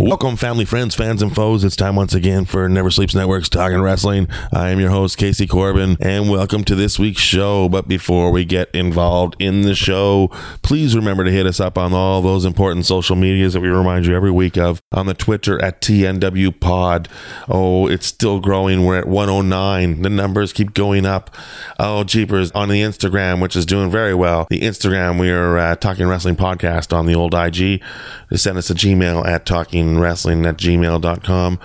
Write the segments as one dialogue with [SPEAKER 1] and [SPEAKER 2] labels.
[SPEAKER 1] Welcome, family, friends, fans, and foes. It's time once again for Never Sleeps Network's Talking Wrestling. I am your host, Casey Corbin, and welcome to this week's show. But before we get involved in the show, please remember to hit us up on all those important social medias that we remind you every week of. On the Twitter at TNW Pod. Oh, it's still growing. We're at 109. The numbers keep going up. Oh, jeepers. On the Instagram, which is doing very well. The Instagram, we are uh, Talking Wrestling Podcast on the old IG. Just send us a Gmail at talkingwrestling at gmail.com.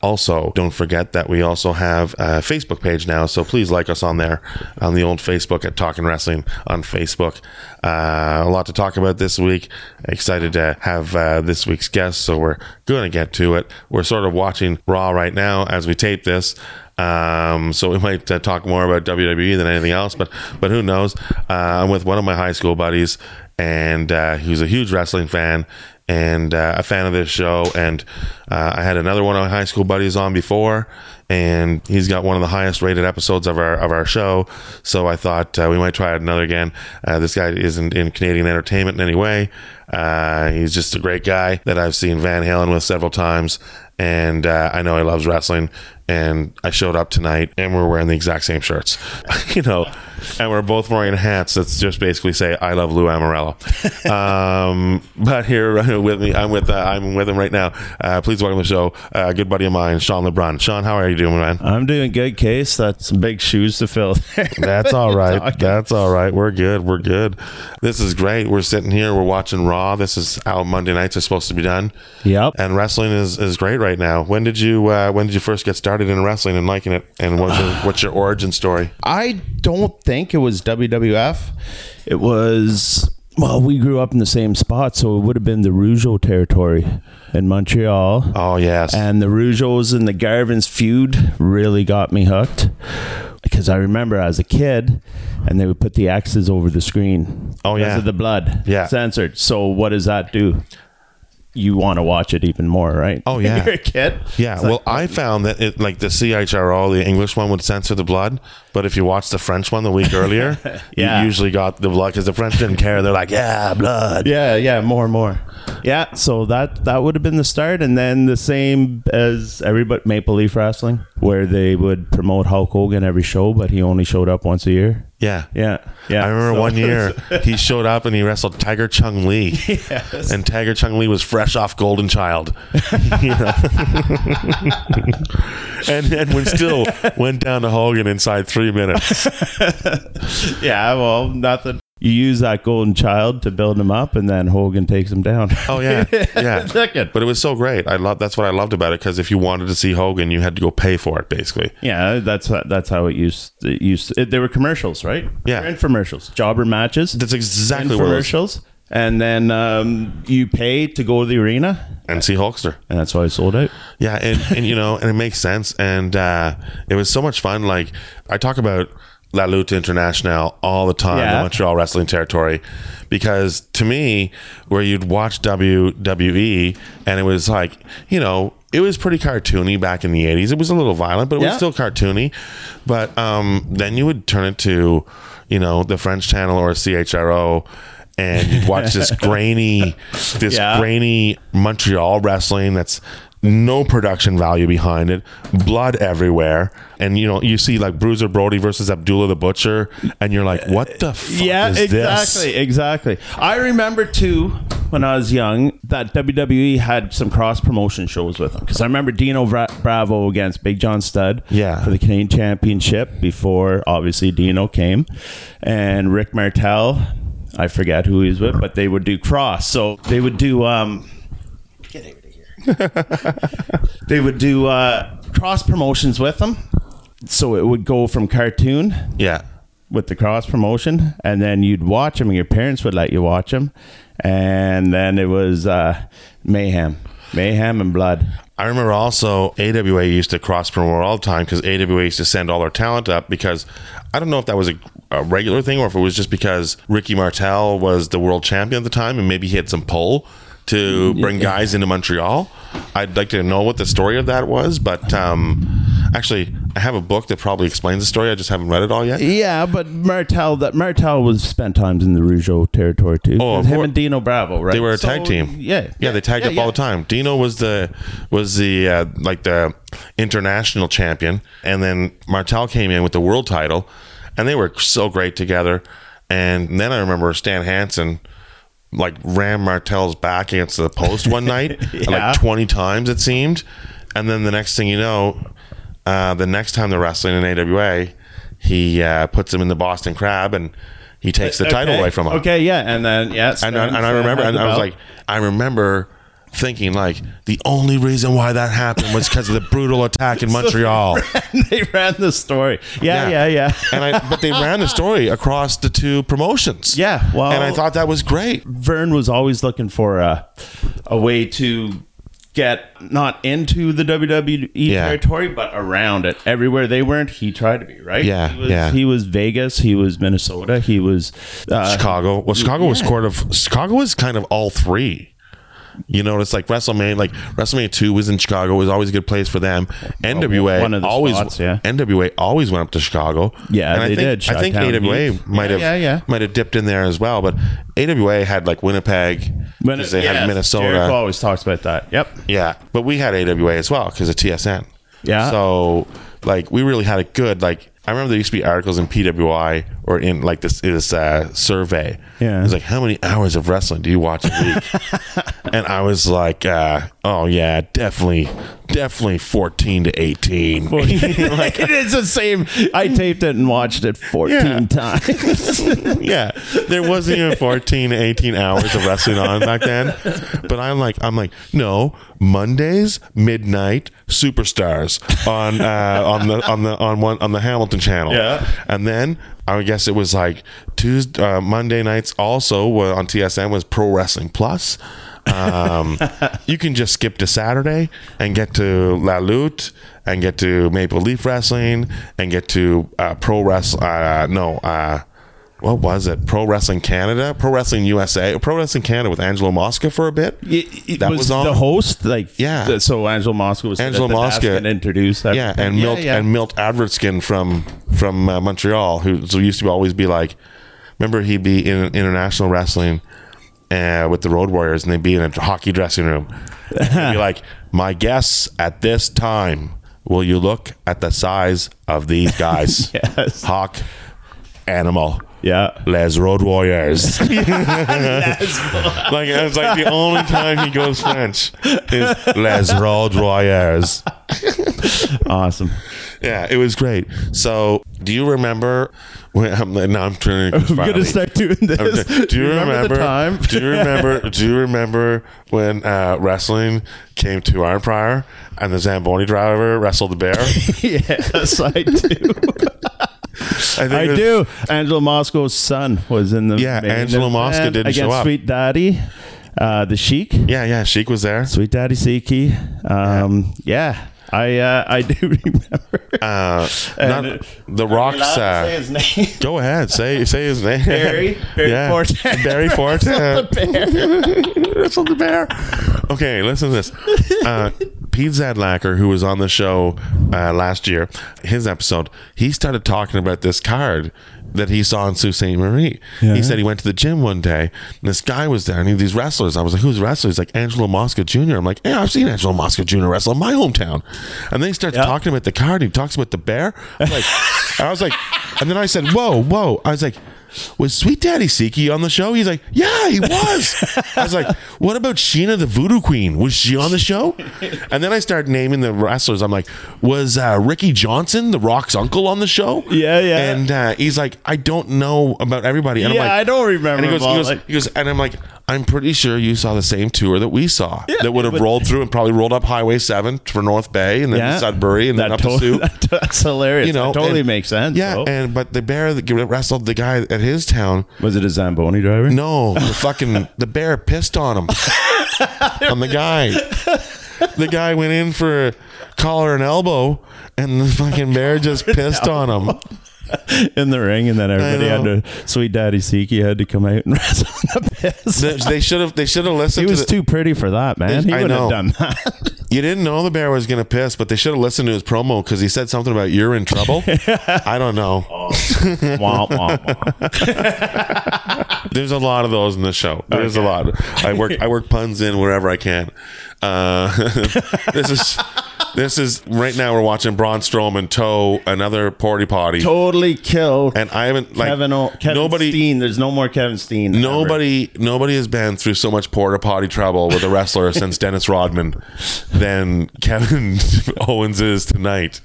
[SPEAKER 1] Also, don't forget that we also have a Facebook page now, so please like us on there, on the old Facebook at Talking Wrestling on Facebook. Uh, a lot to talk about this week. Excited to have uh, this week's guest, so we're going to get to it. We're sort of watching Raw right now as we tape this. Um, so we might uh, talk more about WWE than anything else, but but who knows? Uh, I'm with one of my high school buddies, and uh, who's a huge wrestling fan and uh, a fan of this show. And uh, I had another one of my high school buddies on before, and he's got one of the highest rated episodes of our of our show. So I thought uh, we might try it another again. Uh, this guy isn't in Canadian entertainment in any way. Uh, he's just a great guy that I've seen Van Halen with several times, and uh, I know he loves wrestling. And I showed up tonight, and we're wearing the exact same shirts, you know, and we're both wearing hats that just basically say "I love Lou Amarello." Um, but here with me, I'm with uh, I'm with him right now. Uh, please welcome to the show, uh, good buddy of mine, Sean LeBron. Sean, how are you doing, man?
[SPEAKER 2] I'm doing good, Case. That's some big shoes to fill.
[SPEAKER 1] That's all right. That's all right. We're good. We're good. This is great. We're sitting here. We're watching Raw. This is how Monday nights are supposed to be done.
[SPEAKER 2] yep.
[SPEAKER 1] And wrestling is, is great right now. When did you uh, When did you first get started in wrestling and liking it? And what's your, what's your origin story?
[SPEAKER 2] I don't think it was WWF. It was. Well, we grew up in the same spot, so it would have been the Rougeau territory in Montreal.
[SPEAKER 1] Oh yes,
[SPEAKER 2] And the Rougeaus and the Garvins feud really got me hooked because I remember as a kid, and they would put the axes over the screen.
[SPEAKER 1] Oh,
[SPEAKER 2] because
[SPEAKER 1] yeah.
[SPEAKER 2] of the blood.
[SPEAKER 1] Yeah.
[SPEAKER 2] censored. So what does that do? You want to watch it even more, right?
[SPEAKER 1] Oh, yeah.
[SPEAKER 2] you're a kid.
[SPEAKER 1] yeah. well, I found that it like the CHRO, the English one would censor the blood, but if you watch the French one the week earlier,
[SPEAKER 2] Yeah.
[SPEAKER 1] you usually got the blood because the French didn't care. They're like, yeah, blood.
[SPEAKER 2] Yeah, yeah, more and more. Yeah, so that that would have been the start, and then the same as everybody Maple Leaf Wrestling, where they would promote Hulk Hogan every show, but he only showed up once a year.
[SPEAKER 1] Yeah.
[SPEAKER 2] Yeah, yeah.
[SPEAKER 1] I remember
[SPEAKER 2] so-
[SPEAKER 1] one year he showed up and he wrestled Tiger Chung Lee, and Tiger Chung Lee was fresh off Golden Child, You know? and and when still went down to Hogan inside three minutes.
[SPEAKER 2] Yeah, well, nothing. You use that golden child to build him up, and then Hogan takes him down.
[SPEAKER 1] Oh yeah, yeah.
[SPEAKER 2] Second.
[SPEAKER 1] But it was so great. I love that's what I loved about it because if you wanted to see Hogan, you had to go pay for it basically.
[SPEAKER 2] Yeah, that's that's how it used. It used. It, there were commercials, right?
[SPEAKER 1] Yeah.
[SPEAKER 2] There were infomercials, jobber matches.
[SPEAKER 1] That's exactly what it was.
[SPEAKER 2] infomercials, and then um, you pay to go to the arena,
[SPEAKER 1] And see Hulkster.
[SPEAKER 2] and that's why it sold out.
[SPEAKER 1] Yeah, and, and you know, and it makes sense. And uh, it was so much fun. Like I talk about La Luta International all the time,
[SPEAKER 2] Yeah.
[SPEAKER 1] the Montreal wrestling territory, because to me, where you'd watch WWE, and it was like you know. It was pretty cartoony back in the 80s. It was a little violent, but it was
[SPEAKER 2] Yeah.
[SPEAKER 1] still cartoony. But um, then you would turn it to, you know, the French channel or CHRO and you'd watch this grainy, this
[SPEAKER 2] Yeah.
[SPEAKER 1] grainy any Montreal wrestling that's no production value behind it, blood everywhere, and you know you see like Bruiser Brody versus Abdullah the Butcher, and you're like, what the fuck
[SPEAKER 2] yeah,
[SPEAKER 1] is
[SPEAKER 2] exactly,
[SPEAKER 1] this?
[SPEAKER 2] exactly. I remember too when I was young that WWE had some cross promotion shows with them because I remember Dino Bra- Bravo against Big John Studd,
[SPEAKER 1] Yeah.
[SPEAKER 2] for the Canadian Championship before obviously Dino came, and Rick Martel, I forget who he was with, but they would do cross, so they would do um, they would do uh, cross promotions with them, so it would go from cartoon
[SPEAKER 1] Yeah,
[SPEAKER 2] with the cross promotion, and then you'd watch them, and your parents would let you watch them, and then it was uh, Mayhem, Mayhem and Blood.
[SPEAKER 1] I remember also AWA used to cross promote all the time because AWA used to send all their talent up because I don't know if that was a, a regular thing or if it was just because Ricky Martel was the world champion at the time and maybe he had some pull to bring guys into Montreal. I'd like to know what the story of that was, but um, actually, I have a book that probably explains the story. I just haven't read it all yet.
[SPEAKER 2] Yeah, but Martel that Martel was spent times in the Rougeau territory too.
[SPEAKER 1] Oh, of
[SPEAKER 2] him
[SPEAKER 1] course.
[SPEAKER 2] and Dino Bravo, right?
[SPEAKER 1] They were a
[SPEAKER 2] So,
[SPEAKER 1] tag team.
[SPEAKER 2] Yeah,
[SPEAKER 1] yeah, they tagged
[SPEAKER 2] yeah,
[SPEAKER 1] up all the time. Dino was the was the uh, like the international champion, and then Martel came in with the world title, and they were so great together. And then I remember Stan Hansen like rammed Martel's back against the post one night,
[SPEAKER 2] Yeah.
[SPEAKER 1] like twenty times it seemed, and then the next thing you know, uh, the next time they're wrestling in AWA, he uh, puts him in the Boston Crab and. He takes the title
[SPEAKER 2] Uh, Okay.
[SPEAKER 1] away from him
[SPEAKER 2] Okay, yeah, and then yeah,
[SPEAKER 1] and, I-
[SPEAKER 2] Stan-
[SPEAKER 1] and I
[SPEAKER 2] Stan
[SPEAKER 1] remember,
[SPEAKER 2] had
[SPEAKER 1] and
[SPEAKER 2] the
[SPEAKER 1] I was
[SPEAKER 2] belt.
[SPEAKER 1] like, I remember thinking like the only reason why that happened was because of the brutal attack in Montreal.
[SPEAKER 2] they ran the story. Yeah,
[SPEAKER 1] Yeah.
[SPEAKER 2] yeah, yeah.
[SPEAKER 1] and I, but they ran the story across the two promotions.
[SPEAKER 2] Yeah, well-
[SPEAKER 1] and I thought that was great.
[SPEAKER 2] Vern was always looking for a a way to get not into the WWE
[SPEAKER 1] Yeah.
[SPEAKER 2] territory, but around it. Everywhere they weren't, he tried to be right.
[SPEAKER 1] Yeah,
[SPEAKER 2] he was,
[SPEAKER 1] yeah.
[SPEAKER 2] He was Vegas. He was Minnesota. He was uh,
[SPEAKER 1] Chicago. Well, Chicago was sort of Chicago was kind of all three. You know, it's like WrestleMania. Like WrestleMania two was in Chicago. Was always a good place for them. NWA
[SPEAKER 2] Oh, one of the
[SPEAKER 1] always
[SPEAKER 2] spots, yeah.
[SPEAKER 1] NWA always went up to Chicago.
[SPEAKER 2] Yeah,
[SPEAKER 1] and I
[SPEAKER 2] they
[SPEAKER 1] think,
[SPEAKER 2] did.
[SPEAKER 1] I think
[SPEAKER 2] Chi-Town
[SPEAKER 1] AWA
[SPEAKER 2] Heat.
[SPEAKER 1] might
[SPEAKER 2] Yeah,
[SPEAKER 1] have
[SPEAKER 2] yeah, yeah.
[SPEAKER 1] might have dipped in there as well. But AWA had like Winnipeg
[SPEAKER 2] Min-
[SPEAKER 1] because they
[SPEAKER 2] yes,
[SPEAKER 1] had Minnesota.
[SPEAKER 2] Jericho always talks about that. Yep.
[SPEAKER 1] Yeah, but we had AWA as well because of TSN.
[SPEAKER 2] Yeah.
[SPEAKER 1] So like we really had a good like I remember there used to be articles in PWI or in like this this uh, survey.
[SPEAKER 2] Yeah.
[SPEAKER 1] It was like how many hours of wrestling do you watch a week? and I was like, uh, oh yeah, definitely, definitely fourteen to eighteen.
[SPEAKER 2] it is the same. I taped it and watched it 14
[SPEAKER 1] Yeah.
[SPEAKER 2] times.
[SPEAKER 1] yeah, there wasn't even 14, 18 hours of wrestling on back then. But I'm like, I'm like, no, Mondays midnight superstars on uh, on the on the on one on the Hamilton channel.
[SPEAKER 2] Yeah.
[SPEAKER 1] and then I guess it was like Tuesday, uh, Monday nights also were on TSN was Pro Wrestling Plus. um, you can just skip to Saturday and get to La Lutte and get to Maple Leaf Wrestling and get to uh, Pro Wrestling. Uh, no, uh, what was it? Pro Wrestling Canada, Pro Wrestling USA, Pro Wrestling Canada with Angelo Mosca for a bit.
[SPEAKER 2] It, it
[SPEAKER 1] That
[SPEAKER 2] was,
[SPEAKER 1] was on-
[SPEAKER 2] the host, like
[SPEAKER 1] Yeah.
[SPEAKER 2] th- so Angelo Mosca was
[SPEAKER 1] Angelo Mosca.
[SPEAKER 2] and introduced that.
[SPEAKER 1] yeah, and Milt and Milt Advertskin from from uh, Montreal, who so used to always be like, remember he'd be in international wrestling uh, with the Road Warriors, and they'd be in a hockey dressing room. And he'd be like, my guess at this time, will you look at the size of these guys?
[SPEAKER 2] Yes.
[SPEAKER 1] Hawk, animal.
[SPEAKER 2] yeah.
[SPEAKER 1] Les Road Warriors. like it's like the only time he goes French is Les Road Warriors.
[SPEAKER 2] Awesome.
[SPEAKER 1] Yeah, it was great. So, do you remember? When, I'm, now I'm turning. I'm
[SPEAKER 2] I'm gonna start doing this.
[SPEAKER 1] Do you remember,
[SPEAKER 2] the time?
[SPEAKER 1] do you remember? Do you remember when uh, wrestling came to Iron Prior and the Zamboni driver wrestled the bear? I, think
[SPEAKER 2] yes, I do.
[SPEAKER 1] it
[SPEAKER 2] I
[SPEAKER 1] was-
[SPEAKER 2] do. Angelo Mosco's son was in the
[SPEAKER 1] Yeah,
[SPEAKER 2] main
[SPEAKER 1] Angelo
[SPEAKER 2] event
[SPEAKER 1] Mosca didn't
[SPEAKER 2] against
[SPEAKER 1] show up.
[SPEAKER 2] Sweet Daddy, uh, the Sheik,
[SPEAKER 1] Yeah, yeah. Sheik was there.
[SPEAKER 2] Sweet Daddy Siki. Um, yeah. I uh, I do remember.
[SPEAKER 1] Uh, not-
[SPEAKER 2] it-
[SPEAKER 1] the Rock's. Uh,
[SPEAKER 2] his name.
[SPEAKER 1] Go ahead, say say his name.
[SPEAKER 2] Barry- Barry Forte.
[SPEAKER 1] Barry Forte. Wrestle the bear. Okay, listen to this. Uh, Pete Zadlacker, who was on the show uh, last year, his episode, he started talking about this card that he saw in Sault Ste. Marie. He said he went to the gym one day and this guy was there and he had these wrestlers. I was like, who's wrestlers? He's like Angelo Mosca Jr. I'm like, yeah, I've seen Angelo Mosca Jr. wrestle in my hometown. And then he starts talking about the card. He talks about the bear. I'm like, I was like, and then I said, whoa, whoa. I was like, was Sweet Daddy Siki on the show? He's like, yeah, he was. I was like, what about Sheena the Voodoo Queen? Was she on the show? And then I start naming the wrestlers. I'm like, was uh, Ricky Johnson, The Rock's uncle, on the show?
[SPEAKER 2] Yeah, yeah.
[SPEAKER 1] And uh, he's like, I don't know about everybody. And
[SPEAKER 2] Yeah,
[SPEAKER 1] I'm like,
[SPEAKER 2] I don't
[SPEAKER 1] And
[SPEAKER 2] remember
[SPEAKER 1] he goes,
[SPEAKER 2] them all,
[SPEAKER 1] he, goes,
[SPEAKER 2] like-
[SPEAKER 1] he goes, and I'm like, I'm pretty sure you saw the same tour that we saw.
[SPEAKER 2] Yeah,
[SPEAKER 1] that would have
[SPEAKER 2] but-
[SPEAKER 1] rolled through and probably rolled up Highway 7 for North Bay and then
[SPEAKER 2] Yeah.
[SPEAKER 1] Sudbury and then
[SPEAKER 2] That
[SPEAKER 1] up to
[SPEAKER 2] to-
[SPEAKER 1] Sioux.
[SPEAKER 2] that- that's hilarious.
[SPEAKER 1] You know,
[SPEAKER 2] That totally
[SPEAKER 1] and-
[SPEAKER 2] makes sense.
[SPEAKER 1] Yeah,
[SPEAKER 2] though.
[SPEAKER 1] and but the bear that wrestled the guy at his town,
[SPEAKER 2] was it a Zamboni driver?
[SPEAKER 1] no, the fucking the bear pissed on him. on the guy. The guy went in for collar and elbow and the fucking bear just pissed on him.
[SPEAKER 2] in the ring, and then everybody
[SPEAKER 1] know.
[SPEAKER 2] had to. Sweet Daddy Siki had to come out and wrestle in the piss.
[SPEAKER 1] They- They should have they should have
[SPEAKER 2] he
[SPEAKER 1] listened to
[SPEAKER 2] was
[SPEAKER 1] the-
[SPEAKER 2] too pretty for that, man. He
[SPEAKER 1] I
[SPEAKER 2] would
[SPEAKER 1] know.
[SPEAKER 2] have done that.
[SPEAKER 1] You didn't know the bear was going to piss, but they should have listened to his promo because he said something about you're in trouble. I don't know.
[SPEAKER 2] wah, wah, wah.
[SPEAKER 1] There's a lot of those in the show. There's a lot. I work I work puns in wherever I can. Uh, this is this is right now we're watching Braun Strowman toe another porty potty,
[SPEAKER 2] Totally kill
[SPEAKER 1] and I haven't like
[SPEAKER 2] Kevin, o- Kevin
[SPEAKER 1] nobody.
[SPEAKER 2] Steen. There's no more Kevin Steen. ever.
[SPEAKER 1] Nobody, nobody has been through so much porta potty trouble with a wrestler since Dennis Rodman than Kevin Owens is tonight.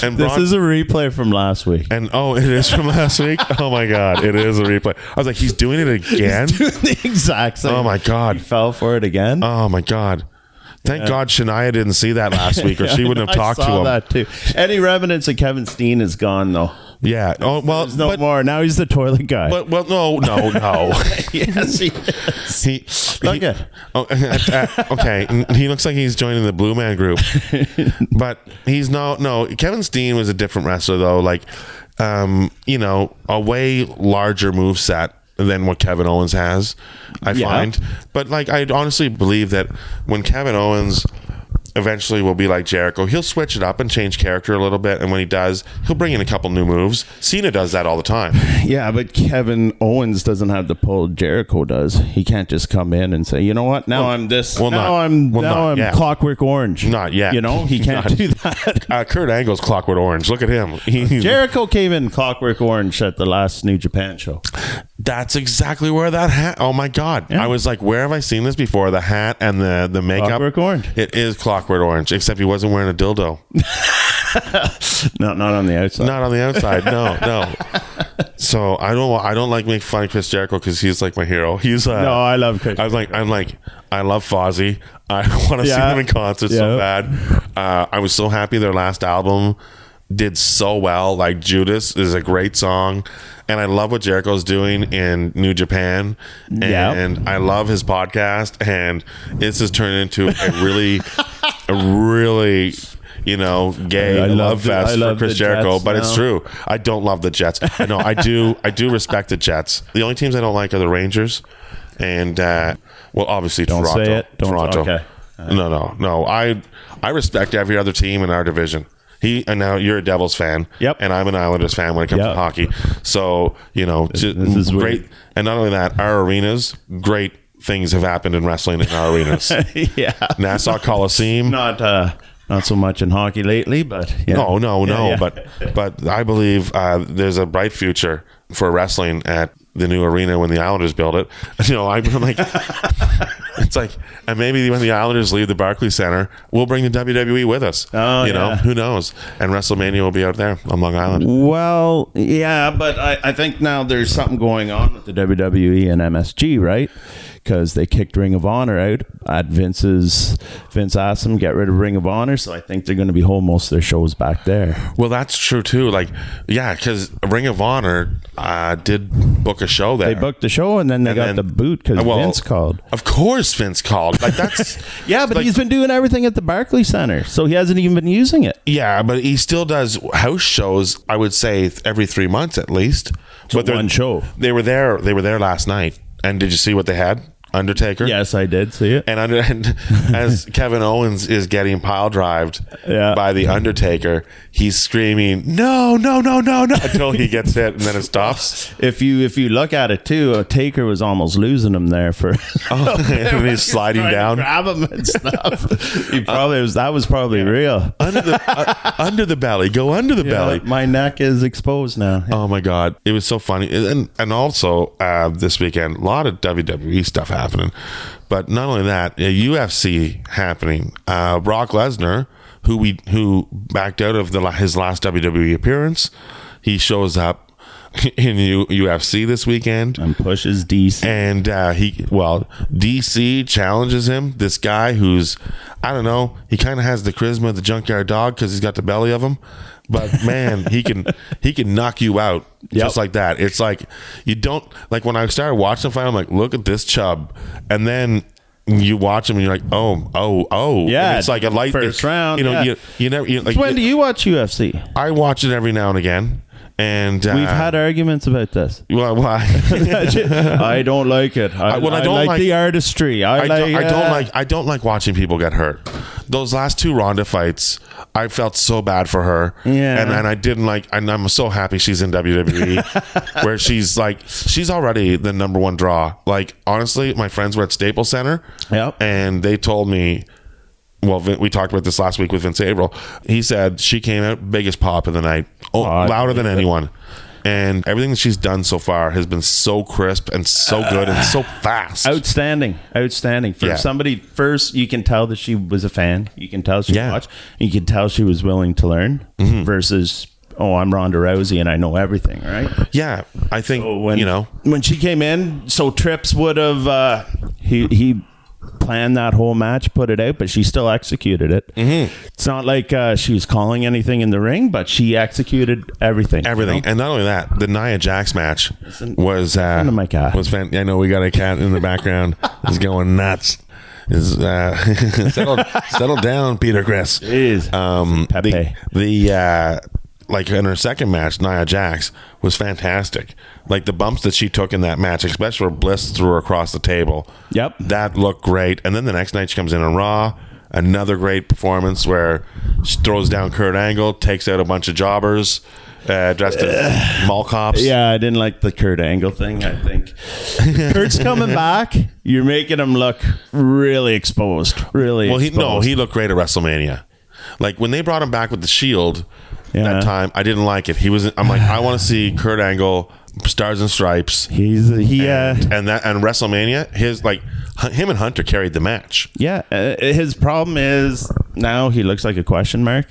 [SPEAKER 1] And
[SPEAKER 2] This
[SPEAKER 1] Braun-
[SPEAKER 2] is a replay from last week.
[SPEAKER 1] And oh, it is from last week. Oh my god, it is a replay. I was like, he's doing it again.
[SPEAKER 2] the exact same.
[SPEAKER 1] Oh my
[SPEAKER 2] He
[SPEAKER 1] god.
[SPEAKER 2] fell for it again.
[SPEAKER 1] Oh my god. Thank God Shania didn't see that last week, or she wouldn't have talked
[SPEAKER 2] I saw
[SPEAKER 1] to him.
[SPEAKER 2] that too. Any remnants of Kevin Steen is gone though.
[SPEAKER 1] Yeah. Oh well.
[SPEAKER 2] There's no
[SPEAKER 1] but,
[SPEAKER 2] more. Now he's the toilet guy.
[SPEAKER 1] but well, no, no, no.
[SPEAKER 2] yes, he
[SPEAKER 1] he,
[SPEAKER 2] Look at-
[SPEAKER 1] oh, uh, uh, okay. n- He looks like he's joining the Blue Man Group, but he's no no. Kevin Steen was a different wrestler though. Like, um, you know, a way larger move set than what Kevin Owens has. I
[SPEAKER 2] Yeah.
[SPEAKER 1] find, but like, I honestly believe that when Kevin Owens eventually will be like Jericho, he'll switch it up and change character a little bit. And when he does, he'll bring in a couple new moves. Cena does that all the time.
[SPEAKER 2] Yeah, but Kevin Owens doesn't have the pull Jericho does. He can't just come in and say, you know what? Now I'm this.
[SPEAKER 1] well,
[SPEAKER 2] now
[SPEAKER 1] not-
[SPEAKER 2] I'm
[SPEAKER 1] well,
[SPEAKER 2] now
[SPEAKER 1] not
[SPEAKER 2] I'm
[SPEAKER 1] yet.
[SPEAKER 2] Clockwork Orange.
[SPEAKER 1] Not yet.
[SPEAKER 2] You know he can't
[SPEAKER 1] Not-
[SPEAKER 2] do that.
[SPEAKER 1] Uh, Kurt Angle's Clockwork Orange. Look at him. He's
[SPEAKER 2] Jericho came in Clockwork Orange at the last New Japan show.
[SPEAKER 1] That's exactly where that hat. Oh my god! I was like, where have I seen this before? The hat and the the makeup.
[SPEAKER 2] Clockwork Orange.
[SPEAKER 1] It is Clockwork Orange, except he wasn't wearing a dildo.
[SPEAKER 2] No, not on the outside.
[SPEAKER 1] Not on the outside. No, no. So I don't. I don't like make fun of Chris Jericho because he's like my hero. He's uh,
[SPEAKER 2] No, I love Chris
[SPEAKER 1] I was like, I'm like, I love Fozzy. I want to see
[SPEAKER 2] Yeah.
[SPEAKER 1] them in concert so
[SPEAKER 2] Yeah.
[SPEAKER 1] bad. Uh, I was so happy their last album did so well. Like Judas is a great song, and I love what Jericho's doing in New Japan. And
[SPEAKER 2] Yep.
[SPEAKER 1] I love his podcast, and this has turned into a really, a really. You know, gay
[SPEAKER 2] I
[SPEAKER 1] love,
[SPEAKER 2] love the-
[SPEAKER 1] fest
[SPEAKER 2] I love
[SPEAKER 1] for Chris
[SPEAKER 2] the
[SPEAKER 1] Jericho,
[SPEAKER 2] Jets
[SPEAKER 1] but it's
[SPEAKER 2] now.
[SPEAKER 1] true. I don't love the Jets. No, I do. I do respect the Jets. The only teams I don't like are the Rangers, and uh, well, obviously
[SPEAKER 2] Don't
[SPEAKER 1] Toronto.
[SPEAKER 2] say it. Don't-
[SPEAKER 1] Toronto.
[SPEAKER 2] okay.
[SPEAKER 1] no, no, no. I I respect every other team in our division. He and now you're a Devils fan.
[SPEAKER 2] Yep.
[SPEAKER 1] And I'm an Islanders fan when it comes to
[SPEAKER 2] Yep.
[SPEAKER 1] hockey. So you know, ju-
[SPEAKER 2] this is where-
[SPEAKER 1] great. And not only that, our arenas, great things have happened in wrestling in our arenas.
[SPEAKER 2] yeah,
[SPEAKER 1] Nassau Coliseum.
[SPEAKER 2] not uh, not so much in hockey lately, but yeah.
[SPEAKER 1] No, no, no.
[SPEAKER 2] yeah.
[SPEAKER 1] But but I believe uh, there's a bright future for wrestling at the new arena when the Islanders build it. You know, I'm like, it's like, and maybe when the Islanders leave the Barclays Center, we'll bring the WWE with us.
[SPEAKER 2] Oh,
[SPEAKER 1] you know,
[SPEAKER 2] yeah.
[SPEAKER 1] who knows? And WrestleMania will be out there on Long Island.
[SPEAKER 2] Well, yeah, but I, I think now there's something going on with the WWE and MSG, right? Because they kicked Ring of Honor out at Vince's. Vince asked them get rid of Ring of Honor, so I think they're going to be holding most of their shows back there.
[SPEAKER 1] Well, that's true too. Like, yeah, because Ring of Honor uh, did book a show there.
[SPEAKER 2] They booked the show and then they
[SPEAKER 1] And
[SPEAKER 2] got
[SPEAKER 1] then-
[SPEAKER 2] the boot because
[SPEAKER 1] Well,
[SPEAKER 2] Vince called.
[SPEAKER 1] Of course, Vince called. Like that's
[SPEAKER 2] Yeah, but
[SPEAKER 1] like-
[SPEAKER 2] he's been doing everything at the Barclay Center, so he hasn't even been using it.
[SPEAKER 1] Yeah, but he still does house shows. I would say th- every three months at least. but they're-
[SPEAKER 2] one show.
[SPEAKER 1] They were there. They were there last night. And did you see what they had? Undertaker.
[SPEAKER 2] Yes, I did see it.
[SPEAKER 1] And under and as Kevin Owens is getting pile drived
[SPEAKER 2] Yeah.
[SPEAKER 1] by the Undertaker, he's screaming no, no, no, no, no until he gets hit and then it stops.
[SPEAKER 2] If you if you look at it too, uh, Taker was almost losing him there for Oh.
[SPEAKER 1] and he's sliding
[SPEAKER 2] trying to
[SPEAKER 1] down.
[SPEAKER 2] grab him and stuff. he probably was that was probably real.
[SPEAKER 1] Under the, uh, under the belly, go under the belly.
[SPEAKER 2] My neck is exposed now.
[SPEAKER 1] Oh my god, it was so funny, and and also uh, this weekend a lot of WWE stuff happening, but not only that, uh, UFC happening. Uh, Brock Lesnar, who we who backed out of the la- his last WWE appearance, he E shows up. in U- UFC this weekend.
[SPEAKER 2] and pushes DC.
[SPEAKER 1] and uh, he well DC challenges him. This guy who's I don't know. He kind of has the charisma of the junkyard dog because he's got the belly of him. But man, he can he can knock you out just like that. It's like you don't like when I started watching the fight. I'm like, look at this chub, and then. You watch him and you're like, oh, oh, oh, And
[SPEAKER 2] Yeah,
[SPEAKER 1] It's like a light
[SPEAKER 2] first round,
[SPEAKER 1] You know,
[SPEAKER 2] yeah.
[SPEAKER 1] you, you never. You, like,
[SPEAKER 2] when do you watch UFC?
[SPEAKER 1] I watch it every now and again, and uh,
[SPEAKER 2] We've had arguments about this.
[SPEAKER 1] well, why?
[SPEAKER 2] I don't like it. I,
[SPEAKER 1] I- well, I
[SPEAKER 2] I
[SPEAKER 1] don't
[SPEAKER 2] like,
[SPEAKER 1] like-
[SPEAKER 2] the artistry. I,
[SPEAKER 1] I,
[SPEAKER 2] like,
[SPEAKER 1] don't, I don't
[SPEAKER 2] uh,
[SPEAKER 1] like I don't like watching people get hurt. Those last two Ronda fights, I felt so bad for her.
[SPEAKER 2] Yeah.
[SPEAKER 1] And and I didn't like and I'm so happy she's in WWE where she's like she's already the number one draw. Like honestly, my friends were at Staples Center.
[SPEAKER 2] Yep.
[SPEAKER 1] And they told me well, Vin, we talked about this last week with Vince April. He said she came out biggest pop of the night, oh,
[SPEAKER 2] I
[SPEAKER 1] louder than anyone. And everything that she's done so far has been so crisp and so good and so fast.
[SPEAKER 2] Outstanding, outstanding. For
[SPEAKER 1] Yeah.
[SPEAKER 2] somebody, first you can tell that she was a fan. You can tell she
[SPEAKER 1] Yeah. Mm-hmm.
[SPEAKER 2] watched. You can tell she was willing to learn. Versus, oh, I'm Ronda Rousey and I know everything, right?
[SPEAKER 1] Yeah, I think
[SPEAKER 2] when
[SPEAKER 1] you know.
[SPEAKER 2] when she came in, so Trips would have uh, he he planned that whole match, put it out, but she still executed it. Mm-hmm. It's not like uh, she was calling anything in the ring, but she executed everything. you
[SPEAKER 1] Everything,
[SPEAKER 2] know?
[SPEAKER 1] and not only that, the Nia Jax match was uh,
[SPEAKER 2] Oh my God.
[SPEAKER 1] was fan- I know we got a cat in the background. is going nuts. Is uh, settle settle down, Peter Chris.
[SPEAKER 2] Jeez.
[SPEAKER 1] Um,
[SPEAKER 2] Pepe.
[SPEAKER 1] the the uh, like in her second match, Nia Jax was fantastic. Like the bumps that she took in that match, especially where Bliss threw her across the table.
[SPEAKER 2] Yep.
[SPEAKER 1] that looked great. And then the next night she comes in on Raw, another great performance where she throws down Kurt Angle, takes out a bunch of jobbers uh, dressed as mall cops.
[SPEAKER 2] Yeah, I didn't like the Kurt Angle thing. I think Kurt's coming back. You're making him look really exposed. Really.
[SPEAKER 1] Well, he no,
[SPEAKER 2] exposed.
[SPEAKER 1] he looked great at WrestleMania. Like when they brought him back with the Shield
[SPEAKER 2] Yeah.
[SPEAKER 1] that time, I didn't like it. He was. I'm like, I want to see Kurt Angle, Stars and Stripes,
[SPEAKER 2] he's he uh,
[SPEAKER 1] and that and WrestleMania. His like hu- him and Hunter carried the match.
[SPEAKER 2] yeah. Uh, his problem is now he looks like a question mark.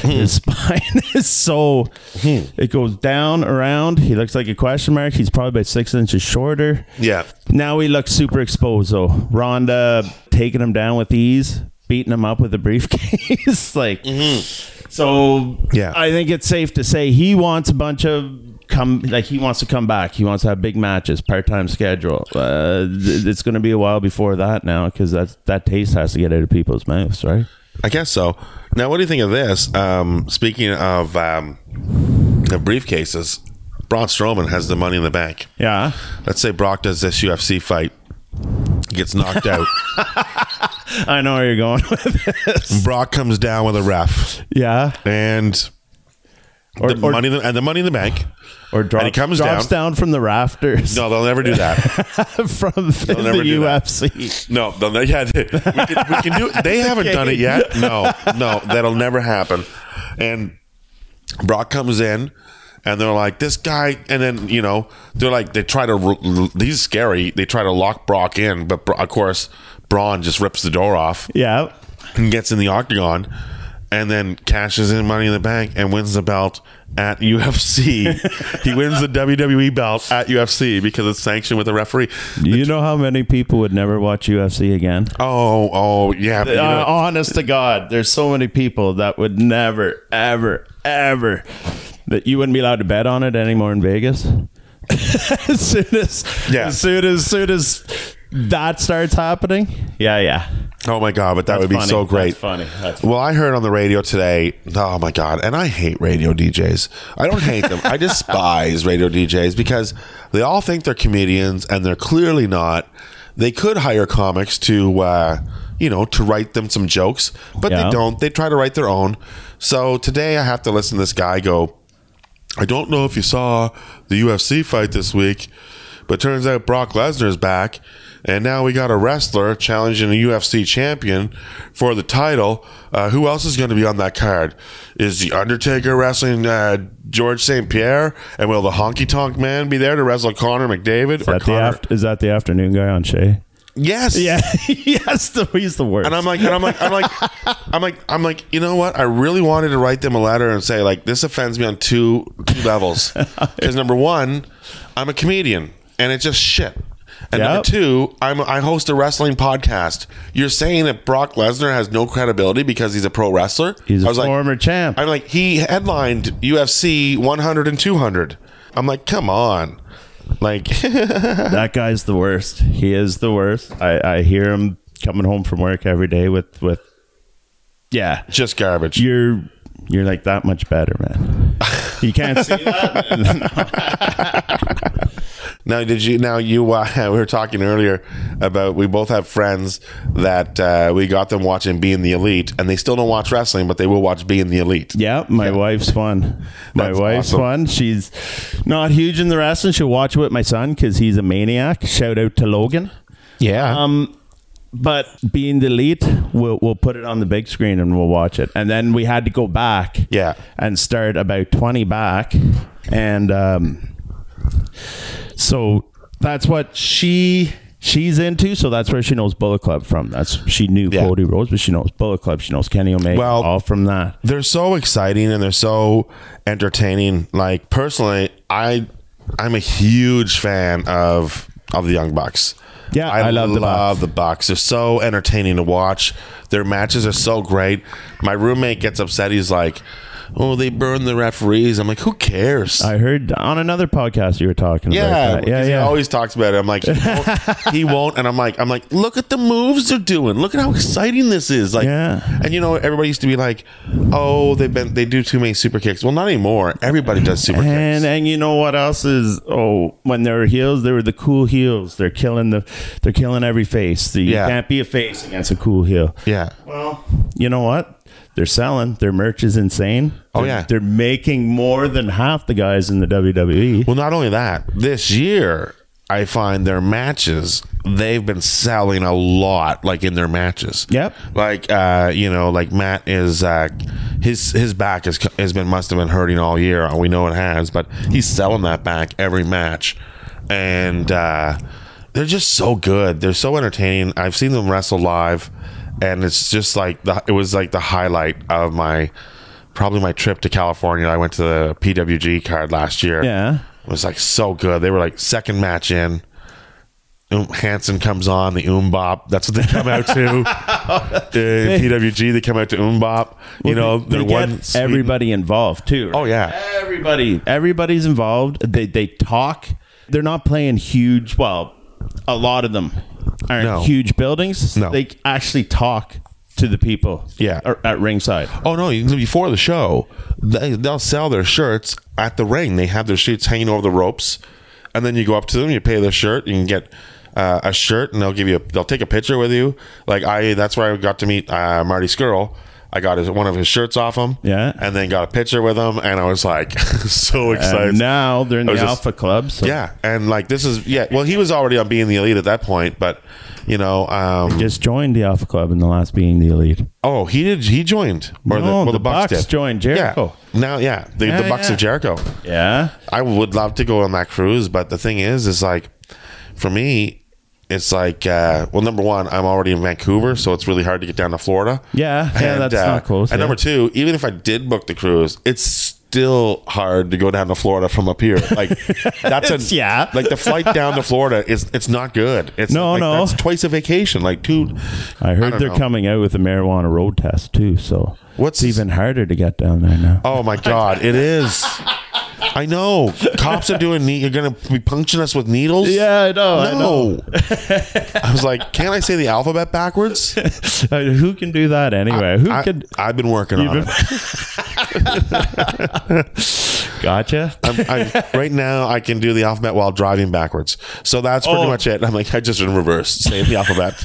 [SPEAKER 2] His spine is so it goes down around. He looks like a question mark. He's probably about six inches shorter.
[SPEAKER 1] Yeah,
[SPEAKER 2] Now he looks super exposed though. Rhonda taking him down with ease, beating him up with a briefcase. like Mm-hmm. so
[SPEAKER 1] Yeah.
[SPEAKER 2] I think it's safe to say he wants a bunch of come like he wants to come back. He wants to have big matches, part time schedule. Uh, th- it's going to be a while before that now because that that taste has to get out of people's mouths, right?
[SPEAKER 1] I guess so. Now, what do you think of this? Um, speaking of um, the briefcases, Braun Strowman has the money in the bank.
[SPEAKER 2] Yeah.
[SPEAKER 1] Let's say Brock does this UFC fight, gets knocked out.
[SPEAKER 2] I know where you're going with.
[SPEAKER 1] Brock comes down with a ref,
[SPEAKER 2] Yeah.
[SPEAKER 1] and
[SPEAKER 2] Or
[SPEAKER 1] the
[SPEAKER 2] or,
[SPEAKER 1] money and the money in the bank.
[SPEAKER 2] or drop,
[SPEAKER 1] and he comes
[SPEAKER 2] drops down. from the rafters
[SPEAKER 1] No, they'll never do that.
[SPEAKER 2] from
[SPEAKER 1] never
[SPEAKER 2] the
[SPEAKER 1] do that.
[SPEAKER 2] UFC.
[SPEAKER 1] No, they'll ne- yeah, they, we, can, we can do. They haven't done it yet. No, no, that'll never happen. And Brock comes in, and they're like, "This guy," and then you know they're like, they try to. ru- ru- He's scary. They try to lock Brock in, but Bro- of course, Braun just rips the door off
[SPEAKER 2] Yeah.
[SPEAKER 1] and gets in the octagon, and then cashes in Money in the Bank and wins the belt at UFC. he wins the WWE belt at UFC because it's sanctioned with a referee.
[SPEAKER 2] You know how many people would never watch UFC again?
[SPEAKER 1] Oh, oh, yeah. you know-
[SPEAKER 2] Uh, honest to God, there's so many people that would never, ever, ever that you wouldn't be allowed to bet on it anymore in Vegas. as soon as,
[SPEAKER 1] Yeah.
[SPEAKER 2] as soon as, soon as that starts happening, yeah, yeah,
[SPEAKER 1] Oh my god, but that would be
[SPEAKER 2] funny.
[SPEAKER 1] so great.
[SPEAKER 2] That's funny. That's
[SPEAKER 1] well, I heard on the radio today. Oh my god, and I hate radio DJs. I don't hate them. I despise radio DJs because they all think they're comedians and they're clearly not. They could hire comics to uh, you know, to write them some jokes, but
[SPEAKER 2] Yeah.
[SPEAKER 1] they don't. They try to write their own. So today I have to listen to this guy go, I don't know if you saw the UFC fight this week, but turns out Brock Lesnar's back, and now we got a wrestler challenging a UFC champion for the title. Uh, who else is going to be on that card? Is the Undertaker wrestling uh, George St. Pierre, and will the Honky Tonk Man be there to wrestle Conor McDavid or
[SPEAKER 2] that the
[SPEAKER 1] Conor?
[SPEAKER 2] aft- is that the afternoon guy on Shay?
[SPEAKER 1] Yes.
[SPEAKER 2] Yeah, yes, the, he's the worst.
[SPEAKER 1] And I'm like, and I'm like, I'm like, I'm like, I'm like, you know what? I really wanted to write them a letter and say like, this offends me on two two levels. Because number one, I'm a comedian, and it's just shit. And number
[SPEAKER 2] Yep.
[SPEAKER 1] two, I'm I host a wrestling podcast. You're saying that Brock Lesnar has no credibility because he's a pro wrestler.
[SPEAKER 2] he's
[SPEAKER 1] I
[SPEAKER 2] a
[SPEAKER 1] was like,
[SPEAKER 2] former champ.
[SPEAKER 1] I'm like, he headlined UFC 100 and 200. I'm like, come on. Like,
[SPEAKER 2] that guy's the worst. He is the worst. I, I hear him coming home from work every day with with. Yeah,
[SPEAKER 1] just garbage.
[SPEAKER 2] you're you're like that much better, man. You can't see that.
[SPEAKER 1] Now, did you? Now you? Uh, we were talking earlier about we both have friends that uh, we got them watching Being the Elite, and they still don't watch wrestling, but they will watch Being the Elite.
[SPEAKER 2] yeah, my wife's one. My
[SPEAKER 1] That's
[SPEAKER 2] wife's
[SPEAKER 1] awesome.
[SPEAKER 2] one. She's not huge in the wrestling. She'll watch it with my son because he's a maniac. Shout out to Logan.
[SPEAKER 1] Yeah.
[SPEAKER 2] Um, but being the lead, we'll, we'll put it on the big screen and we'll watch it. And then we had to go back.
[SPEAKER 1] Yeah.
[SPEAKER 2] And start about 20 back. And um, so that's what she she's into. So that's where she knows Bullet Club from. That's She knew
[SPEAKER 1] Yeah.
[SPEAKER 2] Cody Rhodes, but she knows Bullet Club. She knows Kenny Omega.
[SPEAKER 1] Well-
[SPEAKER 2] all from that.
[SPEAKER 1] they're so exciting and they're so entertaining. Like personally, I I'm a huge fan of of the Young Bucks.
[SPEAKER 2] Yeah, I love the
[SPEAKER 1] love the Bucks. They're so entertaining to watch. Their matches are so great. My roommate gets upset. He's like, "Oh, they burn the referees." I'm like, "Who cares?"
[SPEAKER 2] I heard on another podcast you were talking
[SPEAKER 1] yeah,
[SPEAKER 2] about that. Yeah,
[SPEAKER 1] he
[SPEAKER 2] yeah.
[SPEAKER 1] always talks about it. I'm like, he won't, he won't, and I'm like, I'm like, look at the moves they're doing. Look at how exciting this is. Like,
[SPEAKER 2] Yeah.
[SPEAKER 1] and you know, everybody used to be like, oh, they've been they do too many super kicks. Well, not anymore. Everybody does super
[SPEAKER 2] And
[SPEAKER 1] kicks.
[SPEAKER 2] and you know what else is oh when they're heels they were the cool heels they're killing the they're killing every face you
[SPEAKER 1] Yeah.
[SPEAKER 2] can't be a face against a cool heel
[SPEAKER 1] Yeah,
[SPEAKER 2] well you know what they're selling their merch is insane
[SPEAKER 1] Oh,
[SPEAKER 2] They're-
[SPEAKER 1] yeah.
[SPEAKER 2] they're making more than half the guys in the E. WWE
[SPEAKER 1] Well, not only that, this year I find their matches they've been selling a lot, like in their matches.
[SPEAKER 2] Yep.
[SPEAKER 1] Like uh, you know, like Matt is uh, his his back has has been must have been hurting all year. Uh, We know it has, but he's selling that back every match, and uh, they're just so good. They're so entertaining. I've seen them wrestle live, and it's just like the it was like the highlight of my. Probably my trip to California. I went to the PWG card last year
[SPEAKER 2] yeah
[SPEAKER 1] was like so good. They were like second match in. Um, Hanson comes on the Umbop. That's what they come out to. the PWG they come out to Umbop. You know,
[SPEAKER 2] they,
[SPEAKER 1] they're
[SPEAKER 2] they
[SPEAKER 1] one
[SPEAKER 2] get everybody involved too right?
[SPEAKER 1] Oh yeah.
[SPEAKER 2] Everybody, everybody's involved. They they talk. They're not playing huge. Well, a lot of them aren't
[SPEAKER 1] No.
[SPEAKER 2] huge buildings.
[SPEAKER 1] No.
[SPEAKER 2] they actually talk to the people.
[SPEAKER 1] Yeah.
[SPEAKER 2] ar- at ringside.
[SPEAKER 1] Oh no! you- Before the show, they, they'll sell their shirts at the ring. They have their shirts hanging over the ropes, and then you go up to them. You pay their shirt. You can get uh, a shirt, and they'll give you. A, they'll take a picture with you. Like I, that's where I got to meet uh, Marty Skrull. I got his, one of his shirts off him.
[SPEAKER 2] Yeah.
[SPEAKER 1] and then got a picture with him, and I was like, so excited.
[SPEAKER 2] And now they're in
[SPEAKER 1] I was
[SPEAKER 2] the
[SPEAKER 1] just-
[SPEAKER 2] Alpha Club. So
[SPEAKER 1] yeah, and like this is yeah. Well, he was already on being the elite at that point, but you know, um,
[SPEAKER 2] just joined the Alpha Club in the last being the elite.
[SPEAKER 1] oh, he did. He joined. Or
[SPEAKER 2] No, the Bucks joined Jericho.
[SPEAKER 1] Yeah. Now, yeah, the,
[SPEAKER 2] Yeah,
[SPEAKER 1] the Bucks
[SPEAKER 2] yeah.
[SPEAKER 1] of Jericho.
[SPEAKER 2] Yeah,
[SPEAKER 1] I would love to go on that cruise, but the thing is, is like for me, it's like uh, well, number one, I'm already in Vancouver, so it's really hard to get down to Florida.
[SPEAKER 2] Yeah, yeah, that's not close,
[SPEAKER 1] And
[SPEAKER 2] yeah.
[SPEAKER 1] number two, even if I did book the cruise, it's still hard to go down to Florida from up here. Like that's a
[SPEAKER 2] It's- yeah.
[SPEAKER 1] Like the flight down to Florida is it's not good. It's
[SPEAKER 2] No,
[SPEAKER 1] like,
[SPEAKER 2] no.
[SPEAKER 1] That's twice a vacation. Like two.
[SPEAKER 2] I heard
[SPEAKER 1] don't
[SPEAKER 2] they're
[SPEAKER 1] know.
[SPEAKER 2] coming out with a marijuana road test too. So
[SPEAKER 1] What's-
[SPEAKER 2] it's even harder to get down there now.
[SPEAKER 1] Oh my god, it is. I know. Cops are doing. Ne- you're gonna be puncturing us with needles.
[SPEAKER 2] I know.
[SPEAKER 1] No. I was like, can't I say the alphabet backwards?
[SPEAKER 2] Who can do that anyway? Who
[SPEAKER 1] I,
[SPEAKER 2] can?
[SPEAKER 1] I've been working on it.
[SPEAKER 2] Gotcha.
[SPEAKER 1] I'm, I, right now, I can do the alphabet while driving backwards. So that's pretty
[SPEAKER 2] Oh.
[SPEAKER 1] much it. I'm like, I just in reverse, saying the alphabet.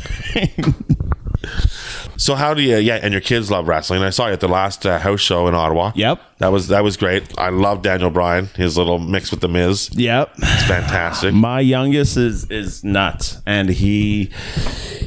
[SPEAKER 1] so how do you? Yeah, and your kids love wrestling. I saw you at the last uh, house show in Ottawa.
[SPEAKER 2] Yep.
[SPEAKER 1] that was that was great. I love Daniel Bryan. His little mix with the Miz,
[SPEAKER 2] Yep.
[SPEAKER 1] fantastic.
[SPEAKER 2] my youngest is is nuts and he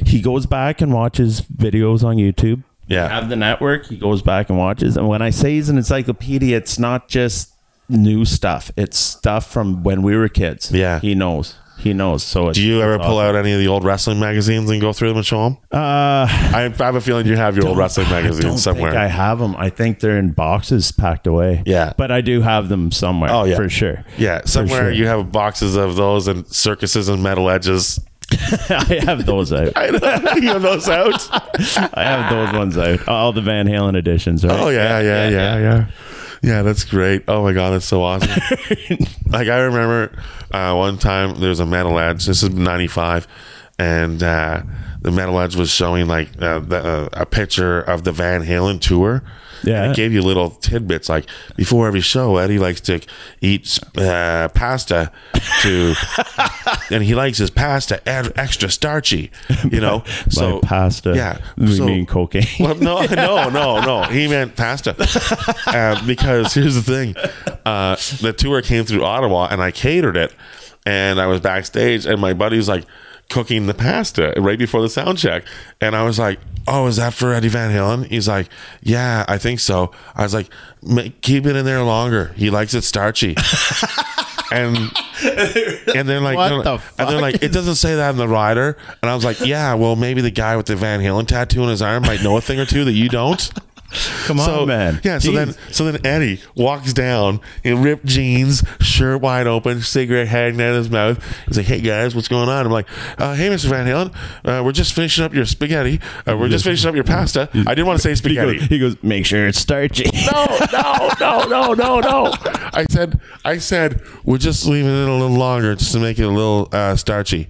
[SPEAKER 2] he goes back and watches videos on youtube
[SPEAKER 1] Yeah.
[SPEAKER 2] I have the network he goes back and watches and when i say he's an encyclopedia it's not just new stuff it's stuff from when we were kids
[SPEAKER 1] Yeah.
[SPEAKER 2] he knows He knows. So it's,
[SPEAKER 1] Do you ever pull out any of the old wrestling magazines and go through them and show them?
[SPEAKER 2] Uh,
[SPEAKER 1] I, I have a feeling you have your old wrestling
[SPEAKER 2] I don't
[SPEAKER 1] magazine somewhere.
[SPEAKER 2] Think I have them. I think they're in boxes packed away.
[SPEAKER 1] Yeah.
[SPEAKER 2] but I do have them somewhere.
[SPEAKER 1] Oh, yeah.
[SPEAKER 2] for sure.
[SPEAKER 1] yeah, somewhere
[SPEAKER 2] sure.
[SPEAKER 1] you have boxes of those and circuses and metal edges.
[SPEAKER 2] I have those out.
[SPEAKER 1] I know. you have those out.
[SPEAKER 2] I have those ones out. All the Van Halen editions, right?
[SPEAKER 1] Oh yeah, yeah, yeah, yeah, yeah. that's great. Oh my god, that's so awesome. like I remember uh, one time there was a metal edge. This is '95, and uh, the metal edge was showing like uh, the, uh, a picture of the Van Halen tour.
[SPEAKER 2] Yeah.
[SPEAKER 1] and it gave you little tidbits like before every show, Eddie likes to eat uh, pasta to, and he likes his pasta e- extra starchy. You know,
[SPEAKER 2] By
[SPEAKER 1] so
[SPEAKER 2] pasta.
[SPEAKER 1] Yeah,
[SPEAKER 2] we
[SPEAKER 1] so-
[SPEAKER 2] mean cocaine.
[SPEAKER 1] well, no, no, no, no. He meant pasta. Uh, because here's the thing uh, the tour came through Ottawa and I catered it. And I was backstage and my buddy was like cooking the pasta right before the sound check. And I was like, Oh, is that for Eddie Van Halen? He's like, Yeah, I think so. I was like, "Ma- Keep it in there longer. He likes it starchy. And and then like,
[SPEAKER 2] What
[SPEAKER 1] no, no.
[SPEAKER 2] the
[SPEAKER 1] and then
[SPEAKER 2] fuck
[SPEAKER 1] like, it doesn't say that in the rider. And I was like, yeah, well, maybe the guy with the Van Halen tattoo on his arm might know a thing or two that you don't.
[SPEAKER 2] Come on,
[SPEAKER 1] so
[SPEAKER 2] man.
[SPEAKER 1] yeah, so
[SPEAKER 2] Jeez.
[SPEAKER 1] then so then Eddie walks down in ripped jeans, shirt wide open, cigarette hanging out of his mouth. He's like, "Hey guys, what's going on?" I'm like, uh, "Hey, Mr. Van Halen, uh, we're just finishing up your spaghetti. Uh, we're just finishing up your pasta. I didn't want to say
[SPEAKER 2] he goes,
[SPEAKER 1] spaghetti."
[SPEAKER 2] he goes, make sure it's starchy.
[SPEAKER 1] No, no, no, no, no, no. I said, I said, we're just leaving it a little longer just to make it a little uh, starchy.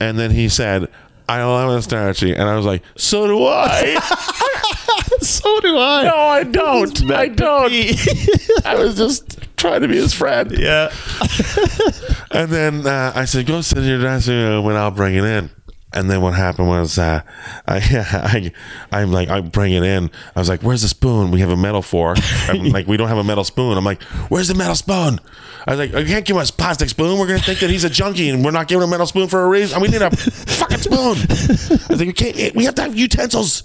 [SPEAKER 1] And then he said, I don't want it starchy. And I was like, so do I.
[SPEAKER 2] so do I.
[SPEAKER 1] no, I don't. I don't. I was just trying to be his friend.
[SPEAKER 2] yeah.
[SPEAKER 1] And then uh, I said, go sit in your dressing room and I'll bring it in. And then what happened was, uh, I, I, I'm like, I bring it in. I was like, where's the spoon? We have a metal fork. I'm like, we don't have a metal spoon. I'm like, where's the metal spoon? I was like, I can't give him a plastic spoon. We're going to think that he's a junkie and we're not giving him a metal spoon for a reason. We need a fucking spoon. I was like, we can't, eh, we have to have utensils.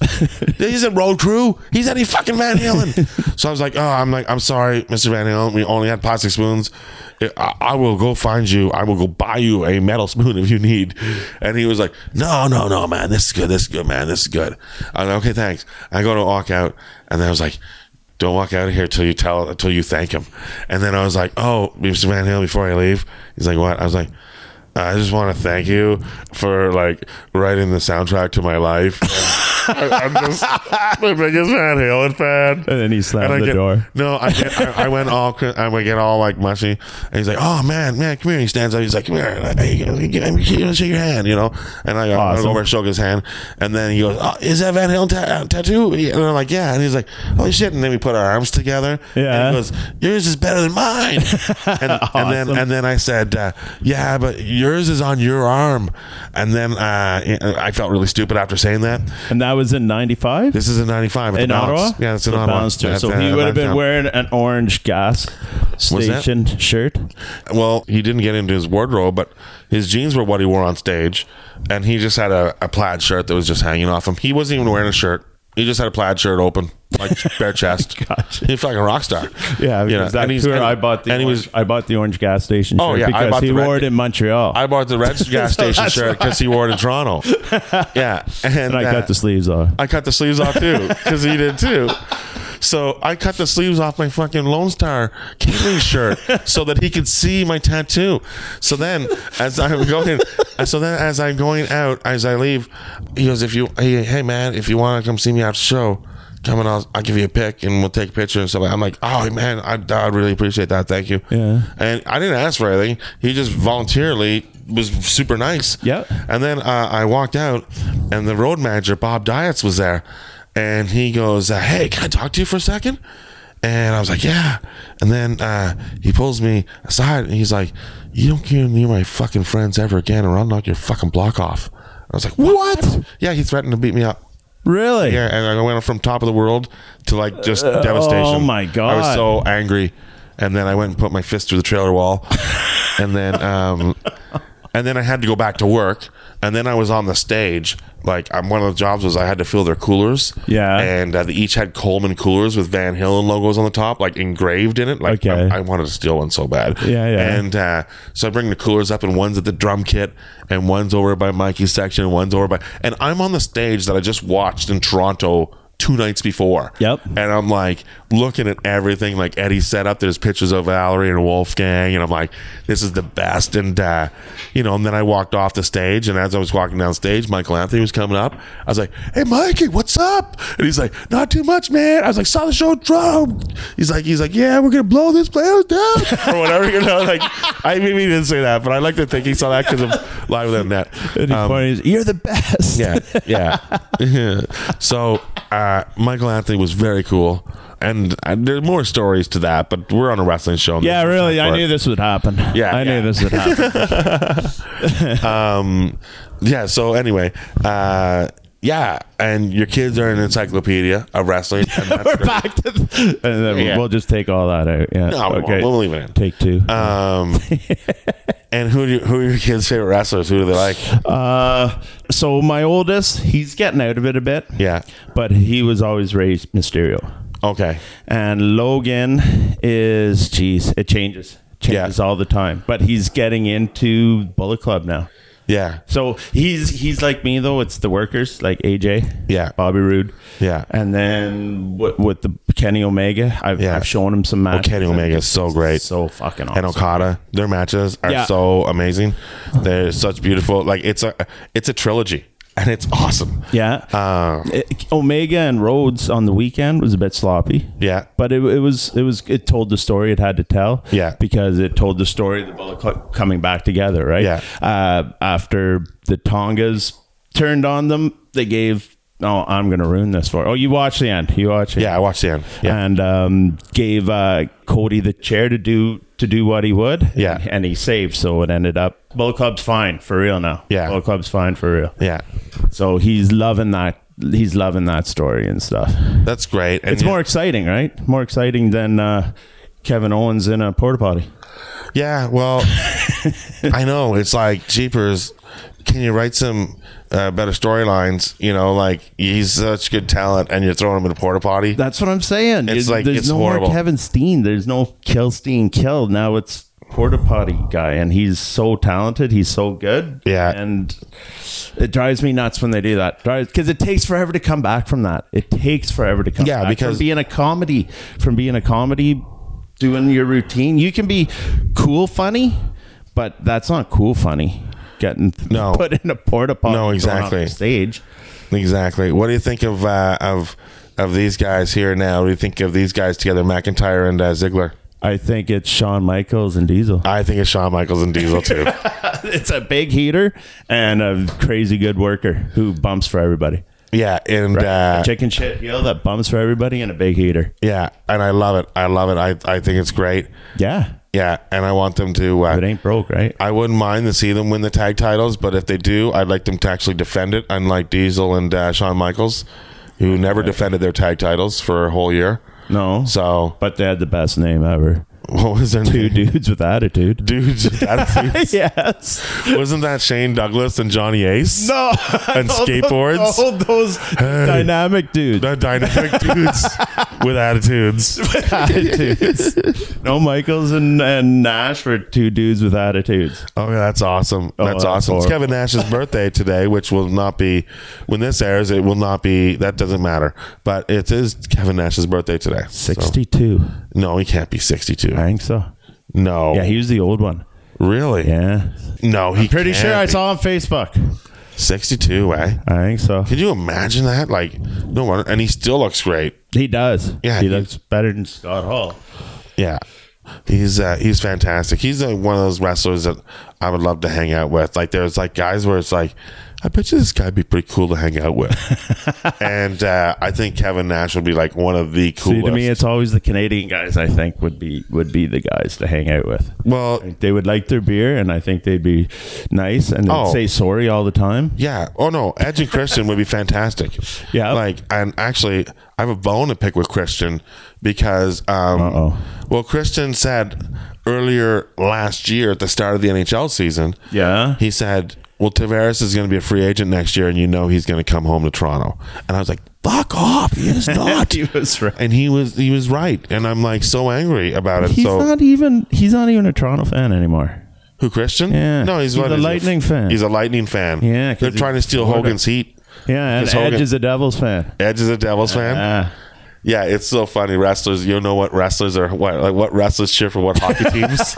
[SPEAKER 1] He's a road crew. He's Eddie fucking Van Halen. So I was like, oh, I'm like, I'm sorry, Mr. Van Halen. We only had plastic spoons. I, I will go find you. I will go buy you a metal spoon if you need. And he was like, no, no, no, man. This is good. This is good, man. This is good. I was like, okay, thanks. I go to walk out. And then I was like, don't walk out of here till you tell, until you thank him. And then I was like, oh, Mr. Van Halen, before I leave, he's like, what? I was like, I just want to thank you for like writing the soundtrack to my life. I, am just the biggest Van Halen fan.
[SPEAKER 2] And then he slammed
[SPEAKER 1] And I
[SPEAKER 2] the
[SPEAKER 1] get-
[SPEAKER 2] door.
[SPEAKER 1] No, I, get, I, I went all cr- I would get all like mushy, and he's like, "Oh man, man, come here." He stands up. He's like, "Come here, and I, I, I, I shake your hand," you know. And I go, I
[SPEAKER 2] Awesome.
[SPEAKER 1] go over and shook his hand, and then he goes, oh, "Is that Van Halen ta- uh, tattoo?" And I'm like, "Yeah," and he's like, "Holy shit!" And then we put our arms together.
[SPEAKER 2] Yeah.
[SPEAKER 1] And he goes, "Yours is better than mine." And, and then
[SPEAKER 2] Awesome.
[SPEAKER 1] and then I said, uh, "Yeah, but yours is on your arm." And then uh, I felt really stupid after saying that.
[SPEAKER 2] And that was in 95?
[SPEAKER 1] This is in '95
[SPEAKER 2] in Ottawa?
[SPEAKER 1] Yeah, it's in
[SPEAKER 2] The
[SPEAKER 1] Ottawa.
[SPEAKER 2] Bounce tour.
[SPEAKER 1] Yeah,
[SPEAKER 2] So
[SPEAKER 1] it's, uh,
[SPEAKER 2] he would have been
[SPEAKER 1] Bounce Town.
[SPEAKER 2] wearing an orange gas
[SPEAKER 1] that-
[SPEAKER 2] station shirt.
[SPEAKER 1] Well, he didn't get into his wardrobe, but his jeans were what he wore on stage, and he just had a, a plaid shirt that was just hanging off him. He wasn't even wearing a shirt. He just had a plaid shirt open, like bare chest.
[SPEAKER 2] Gotcha.
[SPEAKER 1] He's like a rock star.
[SPEAKER 2] Yeah,
[SPEAKER 1] You know,
[SPEAKER 2] because that
[SPEAKER 1] and he's-
[SPEAKER 2] tour
[SPEAKER 1] and-
[SPEAKER 2] I bought the
[SPEAKER 1] and he
[SPEAKER 2] orange,
[SPEAKER 1] was-
[SPEAKER 2] I bought the orange gas station
[SPEAKER 1] Oh,
[SPEAKER 2] shirt
[SPEAKER 1] yeah, I
[SPEAKER 2] because
[SPEAKER 1] bought
[SPEAKER 2] he
[SPEAKER 1] the red-
[SPEAKER 2] wore it in Montreal.
[SPEAKER 1] I bought the red gas station
[SPEAKER 2] that's
[SPEAKER 1] shirt because he wore it in Toronto. yeah, and,
[SPEAKER 2] and I
[SPEAKER 1] uh,
[SPEAKER 2] cut the sleeves off.
[SPEAKER 1] I cut the sleeves off too because he did too. So I cut the sleeves off my fucking Lone Star catering shirt so that he could see my tattoo. So then, as I'm going, so then as I'm going out, as I leave, he goes, "If you, hey, hey man, if you want to come see me after the show, come and I'll, I'll give you a pic and we'll take a picture." And so I'm like, "Oh man, I, I really appreciate that. Thank you."
[SPEAKER 2] Yeah.
[SPEAKER 1] And I didn't ask for anything. He just voluntarily was super nice.
[SPEAKER 2] Yep.
[SPEAKER 1] And then uh, I walked out, and the road manager Bob Diets was there, and he goes, uh, "Hey, can I talk to you for a second? And I was like, "Yeah." And then uh, he pulls me aside, and he's like, "You don't get near my fucking friends ever again, or I'll knock your fucking block off." I was like, "What?" Yeah, he threatened to beat me up.
[SPEAKER 2] Really?
[SPEAKER 1] Yeah, and I went from top of the world to like just devastation.
[SPEAKER 2] oh my God.
[SPEAKER 1] I was so angry, and then I went and put my fist through the trailer wall, and then um, and then I had to go back to work, and then I was on the stage. Like um, one of the jobs was I had to fill their coolers.
[SPEAKER 2] Yeah.
[SPEAKER 1] and uh, they each had Coleman coolers with Van Halen logos on the top, like engraved in it. Like
[SPEAKER 2] Okay.
[SPEAKER 1] I, I wanted to steal one so bad.
[SPEAKER 2] Yeah, yeah.
[SPEAKER 1] And uh, so I bring the coolers up, and one's at the drum kit, and one's over by Mikey's section, and one's over by, and I'm on the stage that I just watched in Toronto. Two nights before.
[SPEAKER 2] Yep.
[SPEAKER 1] And I'm like looking at everything like Eddie set up. There's pictures of Valerie and Wolfgang, and I'm like, this is the best. And uh, you know, and then I walked off the stage, and as I was walking down stage, Michael Anthony was coming up. I was like, hey Mikey, what's up? And he's like, not too much, man. I was like, saw the show in Toronto. He's like, he's like, yeah, we're gonna blow this place down or whatever. You know, like I maybe he didn't say that, but I like to think he saw that because of live without net.
[SPEAKER 2] It'd be
[SPEAKER 1] Um,
[SPEAKER 2] funny. You're the best.
[SPEAKER 1] yeah, yeah. so uh, Michael Anthony was very cool, and uh, there are more stories to that, but we're on a wrestling show. and
[SPEAKER 2] Yeah,
[SPEAKER 1] there's no
[SPEAKER 2] really.
[SPEAKER 1] time
[SPEAKER 2] I
[SPEAKER 1] for
[SPEAKER 2] knew
[SPEAKER 1] it.
[SPEAKER 2] this would happen.
[SPEAKER 1] Yeah,
[SPEAKER 2] I
[SPEAKER 1] yeah.
[SPEAKER 2] knew this would happen.
[SPEAKER 1] Um, yeah. So anyway, uh, yeah, and your kids are an encyclopedia of wrestling. And that's
[SPEAKER 2] We're
[SPEAKER 1] great.
[SPEAKER 2] back to, and then
[SPEAKER 1] Yeah.
[SPEAKER 2] we'll just take all that out. Yeah.
[SPEAKER 1] No, we won't.
[SPEAKER 2] okay.
[SPEAKER 1] We'll leave it in.
[SPEAKER 2] Take two. Uh,
[SPEAKER 1] Um, and who do you, who are your kids' favorite wrestlers? Who do they like?
[SPEAKER 2] Uh, so my oldest, he's getting out of it a bit.
[SPEAKER 1] Yeah.
[SPEAKER 2] But he was always raised Mysterio,
[SPEAKER 1] Okay.
[SPEAKER 2] and Logan is geez, it changes, changes
[SPEAKER 1] Yeah.
[SPEAKER 2] all the time. But he's getting into Bullet Club now.
[SPEAKER 1] Yeah.
[SPEAKER 2] So he's he's like me though. It's the workers like AJ,
[SPEAKER 1] Yeah.
[SPEAKER 2] Bobby Roode,
[SPEAKER 1] Yeah.
[SPEAKER 2] and then with, with the Kenny Omega, I've,
[SPEAKER 1] Yeah. Oh,
[SPEAKER 2] I've shown him some matches.
[SPEAKER 1] Kenny
[SPEAKER 2] and
[SPEAKER 1] Omega is
[SPEAKER 2] it's
[SPEAKER 1] so great.
[SPEAKER 2] so fucking awesome.
[SPEAKER 1] and Okada. Their matches are
[SPEAKER 2] Yeah.
[SPEAKER 1] so amazing. They're such beautiful. Like it's a it's a trilogy, and it's awesome.
[SPEAKER 2] yeah,
[SPEAKER 1] Uh,
[SPEAKER 2] It- Eh, Omega and Rhodes on the weekend was a bit sloppy.
[SPEAKER 1] yeah.
[SPEAKER 2] But it, it was it was it told the story it had to tell.
[SPEAKER 1] Yeah.
[SPEAKER 2] because it told the story of the Bullet Club coming back together. Right.
[SPEAKER 1] Yeah.
[SPEAKER 2] Uh, after the Tongas turned on them, they gave. Oh, I'm gonna ruin this for. Oh, you watch the end. You watch it.
[SPEAKER 1] yeah, I watched the end. Yeah,
[SPEAKER 2] and um, gave uh, Cody the chair to do to do what he would.
[SPEAKER 1] Yeah.
[SPEAKER 2] and, and he saved, so it ended up. Bullet Club's fine for real now.
[SPEAKER 1] Yeah.
[SPEAKER 2] Bullet Club's fine for real.
[SPEAKER 1] yeah,
[SPEAKER 2] So he's loving that. He's loving that story and stuff.
[SPEAKER 1] that's great. And
[SPEAKER 2] It's
[SPEAKER 1] yeah,
[SPEAKER 2] more exciting, right? More exciting than uh, Kevin Owens in a porta potty.
[SPEAKER 1] Yeah, well, I know it's like jeepers. Can you write some uh, better storylines? You know, like he's such good talent, and you're throwing him in a porta potty.
[SPEAKER 2] That's what I'm saying.
[SPEAKER 1] It's
[SPEAKER 2] You-
[SPEAKER 1] like-
[SPEAKER 2] there's
[SPEAKER 1] it's
[SPEAKER 2] no
[SPEAKER 1] horrible.
[SPEAKER 2] more Kevin Steen. There's no Kill Steen Kill. Now it's porta potty guy, and he's so talented. He's so good.
[SPEAKER 1] Yeah.
[SPEAKER 2] and it drives me nuts when they do that. Because it takes forever to come back from that. It takes forever to come.
[SPEAKER 1] Yeah,
[SPEAKER 2] back
[SPEAKER 1] because-
[SPEAKER 2] from being a comedy, from being a comedy, doing your routine, you can be cool funny, but that's not cool funny. Getting
[SPEAKER 1] No.
[SPEAKER 2] put in a porta potty.
[SPEAKER 1] No,
[SPEAKER 2] thrown off
[SPEAKER 1] exactly.
[SPEAKER 2] the Stage.
[SPEAKER 1] Exactly. What do you think of uh, of of these guys here now? What do you think of these guys together, McIntyre and uh, Ziggler?
[SPEAKER 2] I think it's Shawn Michaels and Diesel.
[SPEAKER 1] I think it's Shawn Michaels and Diesel too.
[SPEAKER 2] it's a big heater and a crazy good worker who bumps for everybody.
[SPEAKER 1] yeah, and uh,
[SPEAKER 2] a chicken shit heel that bumps for everybody and a big heater.
[SPEAKER 1] Yeah, and I love it. I love it. I, I think it's great.
[SPEAKER 2] Yeah.
[SPEAKER 1] Yeah, and I want them to.
[SPEAKER 2] It
[SPEAKER 1] Uh,
[SPEAKER 2] ain't broke, right?
[SPEAKER 1] I wouldn't mind to see them win the tag titles, but if they do, I'd like them to actually defend it. Unlike Diesel and uh, Shawn Michaels, who never defended their tag titles for a whole year.
[SPEAKER 2] No.
[SPEAKER 1] So
[SPEAKER 2] But they had the best name ever.
[SPEAKER 1] what was their
[SPEAKER 2] Two
[SPEAKER 1] name?
[SPEAKER 2] dudes with attitude.
[SPEAKER 1] Dudes, with attitudes?
[SPEAKER 2] yes.
[SPEAKER 1] wasn't that Shane Douglas and Johnny Ace?
[SPEAKER 2] No.
[SPEAKER 1] And skateboards?
[SPEAKER 2] All those dynamic dudes.
[SPEAKER 1] The dynamic dudes with attitudes.
[SPEAKER 2] attitudes. No, Michaels and, and Nash were two dudes with attitudes.
[SPEAKER 1] Oh yeah, that's awesome. that's
[SPEAKER 2] that's
[SPEAKER 1] awesome. It's
[SPEAKER 2] horrible.
[SPEAKER 1] Kevin Nash's birthday today, which will not be when this airs, it will not be that doesn't matter. But it is Kevin Nash's birthday today. So-
[SPEAKER 2] 62.
[SPEAKER 1] No, he can't be sixty two.
[SPEAKER 2] I think so.
[SPEAKER 1] No.
[SPEAKER 2] Yeah, he was the old one.
[SPEAKER 1] really?
[SPEAKER 2] Yeah.
[SPEAKER 1] No, he
[SPEAKER 2] Pretty sure I saw him on Facebook.
[SPEAKER 1] sixty two, eh?
[SPEAKER 2] I think so.
[SPEAKER 1] Could you imagine that? Like no wonder and he still looks great.
[SPEAKER 2] He does.
[SPEAKER 1] Yeah,
[SPEAKER 2] he
[SPEAKER 1] he-
[SPEAKER 2] looks better than Scott Hall.
[SPEAKER 1] Yeah. He's uh, he's fantastic. He's uh, one of those wrestlers that I would love to hang out with. Like there's like guys where it's like I bet you this guy would be pretty cool to hang out with. and uh, I think Kevin Nash would be like one of the
[SPEAKER 2] See,
[SPEAKER 1] coolest.
[SPEAKER 2] to me, it's always the Canadian guys. I think would be would be the guys to hang out with.
[SPEAKER 1] well,
[SPEAKER 2] They would like their beer, and I think they'd be nice and they'd
[SPEAKER 1] Oh.
[SPEAKER 2] say sorry all the time.
[SPEAKER 1] Yeah. Oh no, Edge and Christian would be fantastic.
[SPEAKER 2] Yeah.
[SPEAKER 1] Like, and actually, I have a bone to pick with Christian because, um,
[SPEAKER 2] Uh-oh.
[SPEAKER 1] well, Christian said earlier last year at the start of the NHL season,
[SPEAKER 2] Yeah.
[SPEAKER 1] he said, "Well, Tavares is going to be a free agent next year, and you know he's going to come home to Toronto." And I was like, "Fuck off! He is not."
[SPEAKER 2] he was right.
[SPEAKER 1] and he was he was right, and I'm like so angry about it.
[SPEAKER 2] He's
[SPEAKER 1] so
[SPEAKER 2] not even he's not even a Toronto fan anymore.
[SPEAKER 1] who Christian?
[SPEAKER 2] Yeah.
[SPEAKER 1] No, he's,
[SPEAKER 2] He's
[SPEAKER 1] what
[SPEAKER 2] a
[SPEAKER 1] is he?
[SPEAKER 2] Lightning fan.
[SPEAKER 1] He's a Lightning fan.
[SPEAKER 2] Yeah, 'cause
[SPEAKER 1] They're
[SPEAKER 2] he's
[SPEAKER 1] trying to steal
[SPEAKER 2] Florida.
[SPEAKER 1] Hogan's heat.
[SPEAKER 2] Yeah, and
[SPEAKER 1] Chris Hogan.
[SPEAKER 2] Edge is a Devils fan.
[SPEAKER 1] Edge is a Devils fan.
[SPEAKER 2] Ah.
[SPEAKER 1] Yeah, it's so funny. Wrestlers, you know what wrestlers are what like what wrestlers cheer for what hockey teams.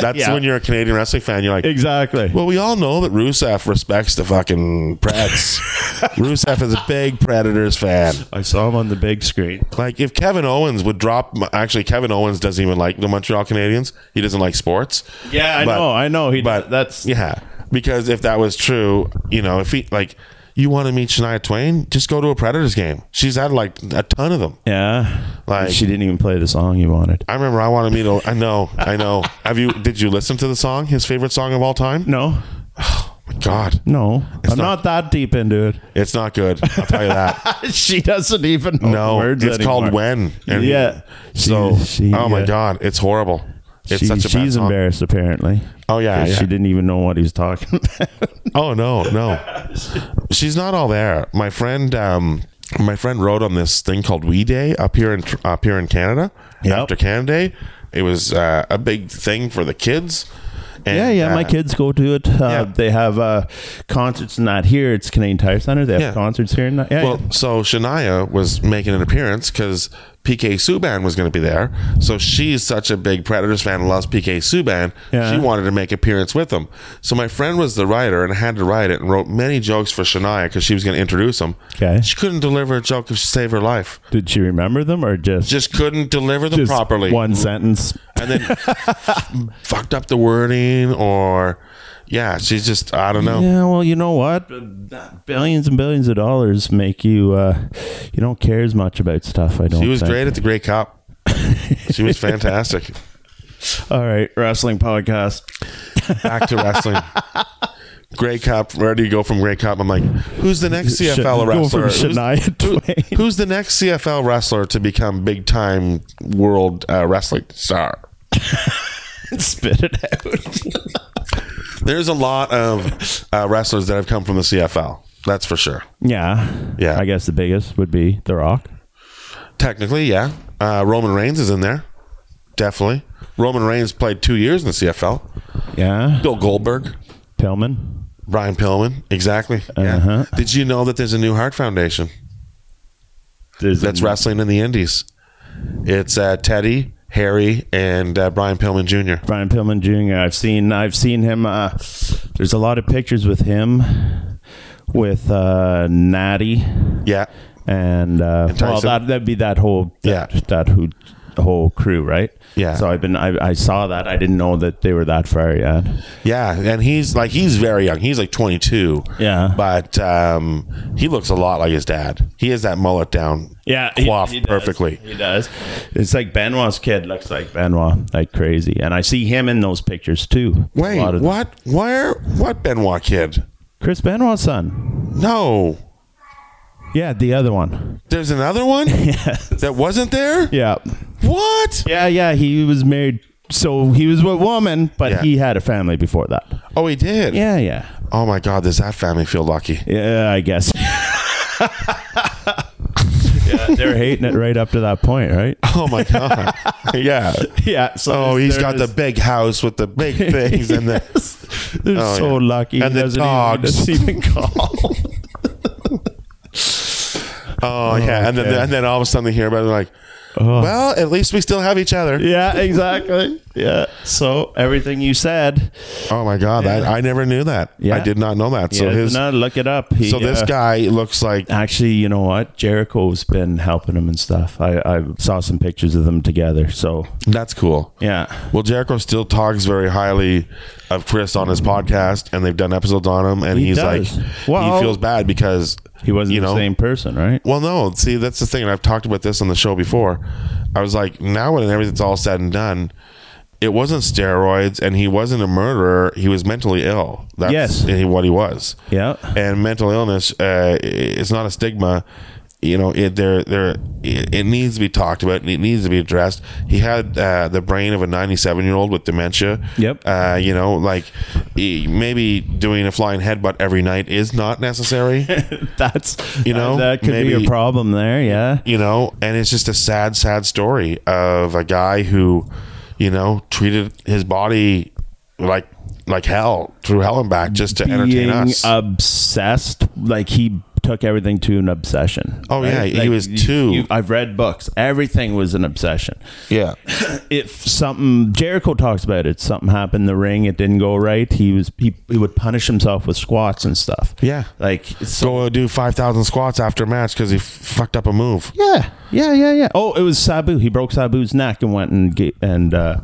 [SPEAKER 1] That's
[SPEAKER 2] Yeah.
[SPEAKER 1] when you're a Canadian wrestling fan. You're like,
[SPEAKER 2] exactly.
[SPEAKER 1] well, we all know that Rusev respects the fucking Preds. Rusev is a big Predators fan.
[SPEAKER 2] I saw him on the big screen.
[SPEAKER 1] Like if Kevin Owens would drop, actually Kevin Owens doesn't even like the Montreal Canadiens. He doesn't like sports.
[SPEAKER 2] Yeah, I
[SPEAKER 1] But-
[SPEAKER 2] know, I know. He
[SPEAKER 1] but-
[SPEAKER 2] but that's
[SPEAKER 1] Yeah, because if that was true, you know, if he like, you want to meet Shania Twain, just go to a Predators game. She's had like a ton of them.
[SPEAKER 2] yeah.
[SPEAKER 1] Like
[SPEAKER 2] she didn't even play the song you wanted.
[SPEAKER 1] I remember I want to meet. A, I know, I know. Have you? Did you listen to the song? His favorite song of all time?
[SPEAKER 2] No,
[SPEAKER 1] God,
[SPEAKER 2] no, I'm
[SPEAKER 1] not-
[SPEAKER 2] not, that deep into it.
[SPEAKER 1] it's not good. I'll tell you that.
[SPEAKER 2] she doesn't even know
[SPEAKER 1] No,
[SPEAKER 2] the words
[SPEAKER 1] it's called
[SPEAKER 2] anymore.
[SPEAKER 1] When. and-
[SPEAKER 2] Yeah.
[SPEAKER 1] So,
[SPEAKER 2] She- she,
[SPEAKER 1] oh my
[SPEAKER 2] uh,
[SPEAKER 1] God, it's horrible. It's
[SPEAKER 2] She-
[SPEAKER 1] such a bad
[SPEAKER 2] she's
[SPEAKER 1] song.
[SPEAKER 2] embarrassed apparently.
[SPEAKER 1] Oh yeah,
[SPEAKER 2] 'Cause
[SPEAKER 1] yeah.
[SPEAKER 2] She didn't even know what he was talking about.
[SPEAKER 1] Oh no, no. She's not all there. My friend, um, my friend wrote on this thing called We Day up here in up here in Canada.
[SPEAKER 2] Yep.
[SPEAKER 1] After Canada Day, it was uh, a big thing for the kids. And,
[SPEAKER 2] Yeah, yeah.
[SPEAKER 1] uh,
[SPEAKER 2] my kids go to it. Uh,
[SPEAKER 1] Yeah.
[SPEAKER 2] They have uh, concerts not here. It's Canadian Tire Center. They have
[SPEAKER 1] Yeah.
[SPEAKER 2] concerts here. Not, yeah,
[SPEAKER 1] Well, so Shania was making an appearance because PK Subban was going to be there. So she's such a big Predators fan, loves PK Subban.
[SPEAKER 2] Yeah.
[SPEAKER 1] She wanted to make appearance with him. So my friend was the writer and had to write it and wrote many jokes for Shania because she was going to introduce him.
[SPEAKER 2] Okay.
[SPEAKER 1] She couldn't deliver a joke if she saved her life.
[SPEAKER 2] Did she remember them or just,
[SPEAKER 1] Just couldn't deliver them
[SPEAKER 2] just
[SPEAKER 1] properly.
[SPEAKER 2] One sentence.
[SPEAKER 1] And then fucked up the wording or, yeah, she's just, I don't know.
[SPEAKER 2] Yeah, well, you know what? Billions and billions of dollars make you uh, you don't care as much about stuff. I don't.
[SPEAKER 1] She was
[SPEAKER 2] think.
[SPEAKER 1] great at the Grey Cup. she was fantastic.
[SPEAKER 2] All right, wrestling podcast.
[SPEAKER 1] back to wrestling. Grey Cup. Where do you go from Grey Cup? I'm like, who's the next
[SPEAKER 2] Sh-
[SPEAKER 1] CFL
[SPEAKER 2] go
[SPEAKER 1] wrestler?
[SPEAKER 2] from
[SPEAKER 1] Who's-
[SPEAKER 2] Shania Twain.
[SPEAKER 1] Who's the next CFL wrestler to become big time world uh, wrestling star?
[SPEAKER 2] Spit it out.
[SPEAKER 1] There's a lot of uh, wrestlers that have come from the CFL. That's for sure.
[SPEAKER 2] Yeah,
[SPEAKER 1] Yeah.
[SPEAKER 2] I guess the biggest would be The Rock.
[SPEAKER 1] Technically, yeah. Uh, Roman Reigns is in there. Definitely. Roman Reigns played two years in the CFL.
[SPEAKER 2] Yeah,
[SPEAKER 1] Bill Goldberg,
[SPEAKER 2] Pillman.
[SPEAKER 1] Brian Pillman. Exactly. Yeah.
[SPEAKER 2] Uh-huh.
[SPEAKER 1] Did you know that there's a new Heart Foundation?
[SPEAKER 2] There's
[SPEAKER 1] that's
[SPEAKER 2] a-
[SPEAKER 1] wrestling in the indies. It's uh, Teddy, Harry, and uh, Brian Pillman Jr.
[SPEAKER 2] Brian Pillman Jr. I've seen I've seen him. Uh, there's a lot of pictures with him, with uh, Natty,
[SPEAKER 1] Yeah.
[SPEAKER 2] and uh, well,
[SPEAKER 1] Tyson.
[SPEAKER 2] that that'd be that whole that,
[SPEAKER 1] Yeah.
[SPEAKER 2] that who the whole crew, right?
[SPEAKER 1] Yeah.
[SPEAKER 2] So I've been I, I saw that. I didn't know that they were that far yet.
[SPEAKER 1] Yeah. And he's like, he's very young. He's like 22.
[SPEAKER 2] Yeah.
[SPEAKER 1] But um, he looks a lot like his dad. He has that mullet down.
[SPEAKER 2] Yeah,
[SPEAKER 1] Coiffed
[SPEAKER 2] does.
[SPEAKER 1] perfectly.
[SPEAKER 2] He does. It's like Benoit's kid looks like Benoit, like crazy, and I see him in those pictures too. A
[SPEAKER 1] Wait,
[SPEAKER 2] lot of-
[SPEAKER 1] what? Where? What Benoit kid?
[SPEAKER 2] Chris Benoit's son.
[SPEAKER 1] No.
[SPEAKER 2] Yeah, the other one.
[SPEAKER 1] There's another one that wasn't there?
[SPEAKER 2] Yeah.
[SPEAKER 1] What?
[SPEAKER 2] Yeah, yeah, he was married. So he was with woman, but
[SPEAKER 1] Yeah.
[SPEAKER 2] he had a family before that.
[SPEAKER 1] Oh, he did.
[SPEAKER 2] Yeah, yeah,
[SPEAKER 1] Oh, my God. Does that family feel lucky?
[SPEAKER 2] yeah. I guess. yeah, they're hating it right up to that point, right?
[SPEAKER 1] Oh, my God. yeah.
[SPEAKER 2] Yeah. So
[SPEAKER 1] Oh,
[SPEAKER 2] he's
[SPEAKER 1] he's got the big house with the big things and the.
[SPEAKER 2] They're
[SPEAKER 1] Oh,
[SPEAKER 2] so
[SPEAKER 1] yeah.
[SPEAKER 2] lucky.
[SPEAKER 1] And
[SPEAKER 2] he
[SPEAKER 1] the
[SPEAKER 2] doesn't
[SPEAKER 1] dogs.
[SPEAKER 2] Even, doesn't even call.
[SPEAKER 1] Oh, yeah, and then
[SPEAKER 2] okay.
[SPEAKER 1] oh,
[SPEAKER 2] Oh,
[SPEAKER 1] and then all of a sudden they hear about it, they're like, Well, at least we still have each other.
[SPEAKER 2] Yeah, exactly. yeah. So everything you said,
[SPEAKER 1] Oh my God, I, I never knew that.
[SPEAKER 2] Yeah.
[SPEAKER 1] I did not know that. So
[SPEAKER 2] yeah,
[SPEAKER 1] his,
[SPEAKER 2] no, look it up. He,
[SPEAKER 1] so this
[SPEAKER 2] uh,
[SPEAKER 1] guy looks like
[SPEAKER 2] Actually, you know what? Jericho's been helping him and stuff. I, I saw some pictures of them together. So
[SPEAKER 1] that's cool.
[SPEAKER 2] yeah,
[SPEAKER 1] Well, Jericho still talks very highly of Chris on his podcast, and they've done episodes on him, and
[SPEAKER 2] He
[SPEAKER 1] he's
[SPEAKER 2] does.
[SPEAKER 1] like,
[SPEAKER 2] Well-
[SPEAKER 1] he feels bad because
[SPEAKER 2] he wasn't
[SPEAKER 1] You
[SPEAKER 2] the
[SPEAKER 1] know?
[SPEAKER 2] same person, right?
[SPEAKER 1] Well, no. See, that's the thing, and I've talked about this on the show before. I was like, now when everything's all said and done, it wasn't steroids, and he wasn't a murderer. He was mentally ill. That's
[SPEAKER 2] Yes.
[SPEAKER 1] i- what he was.
[SPEAKER 2] Yeah.
[SPEAKER 1] And mental illness, uh, i- it's not a stigma. You know, it there there it, it needs to be talked about. and It needs to be addressed. He had uh, the brain of a 97 year old with dementia.
[SPEAKER 2] Yep.
[SPEAKER 1] Uh, you know, like e- maybe doing a flying headbutt every night is not necessary.
[SPEAKER 2] That's
[SPEAKER 1] You know,
[SPEAKER 2] that could be
[SPEAKER 1] maybe-
[SPEAKER 2] a problem there. Yeah.
[SPEAKER 1] you know and it's just a sad sad story of a guy who you know treated his body like like hell through hell and back just to entertain
[SPEAKER 2] being
[SPEAKER 1] us
[SPEAKER 2] obsessed. Like he took everything to an obsession.
[SPEAKER 1] Oh, yeah, he
[SPEAKER 2] Like,
[SPEAKER 1] was
[SPEAKER 2] you-
[SPEAKER 1] too-
[SPEAKER 2] you- I've read books. Everything was an obsession.
[SPEAKER 1] yeah
[SPEAKER 2] If something Jericho talks about it, something happened in the ring, it didn't go right. He was he, he would punish himself with squats and stuff.
[SPEAKER 1] Yeah.
[SPEAKER 2] like so.
[SPEAKER 1] so he'll do 5000 squats after a match because he f- fucked up a move
[SPEAKER 2] Yeah, yeah, yeah, yeah. Oh, it was Sabu. He broke Sabu's neck and went and ga- and uh,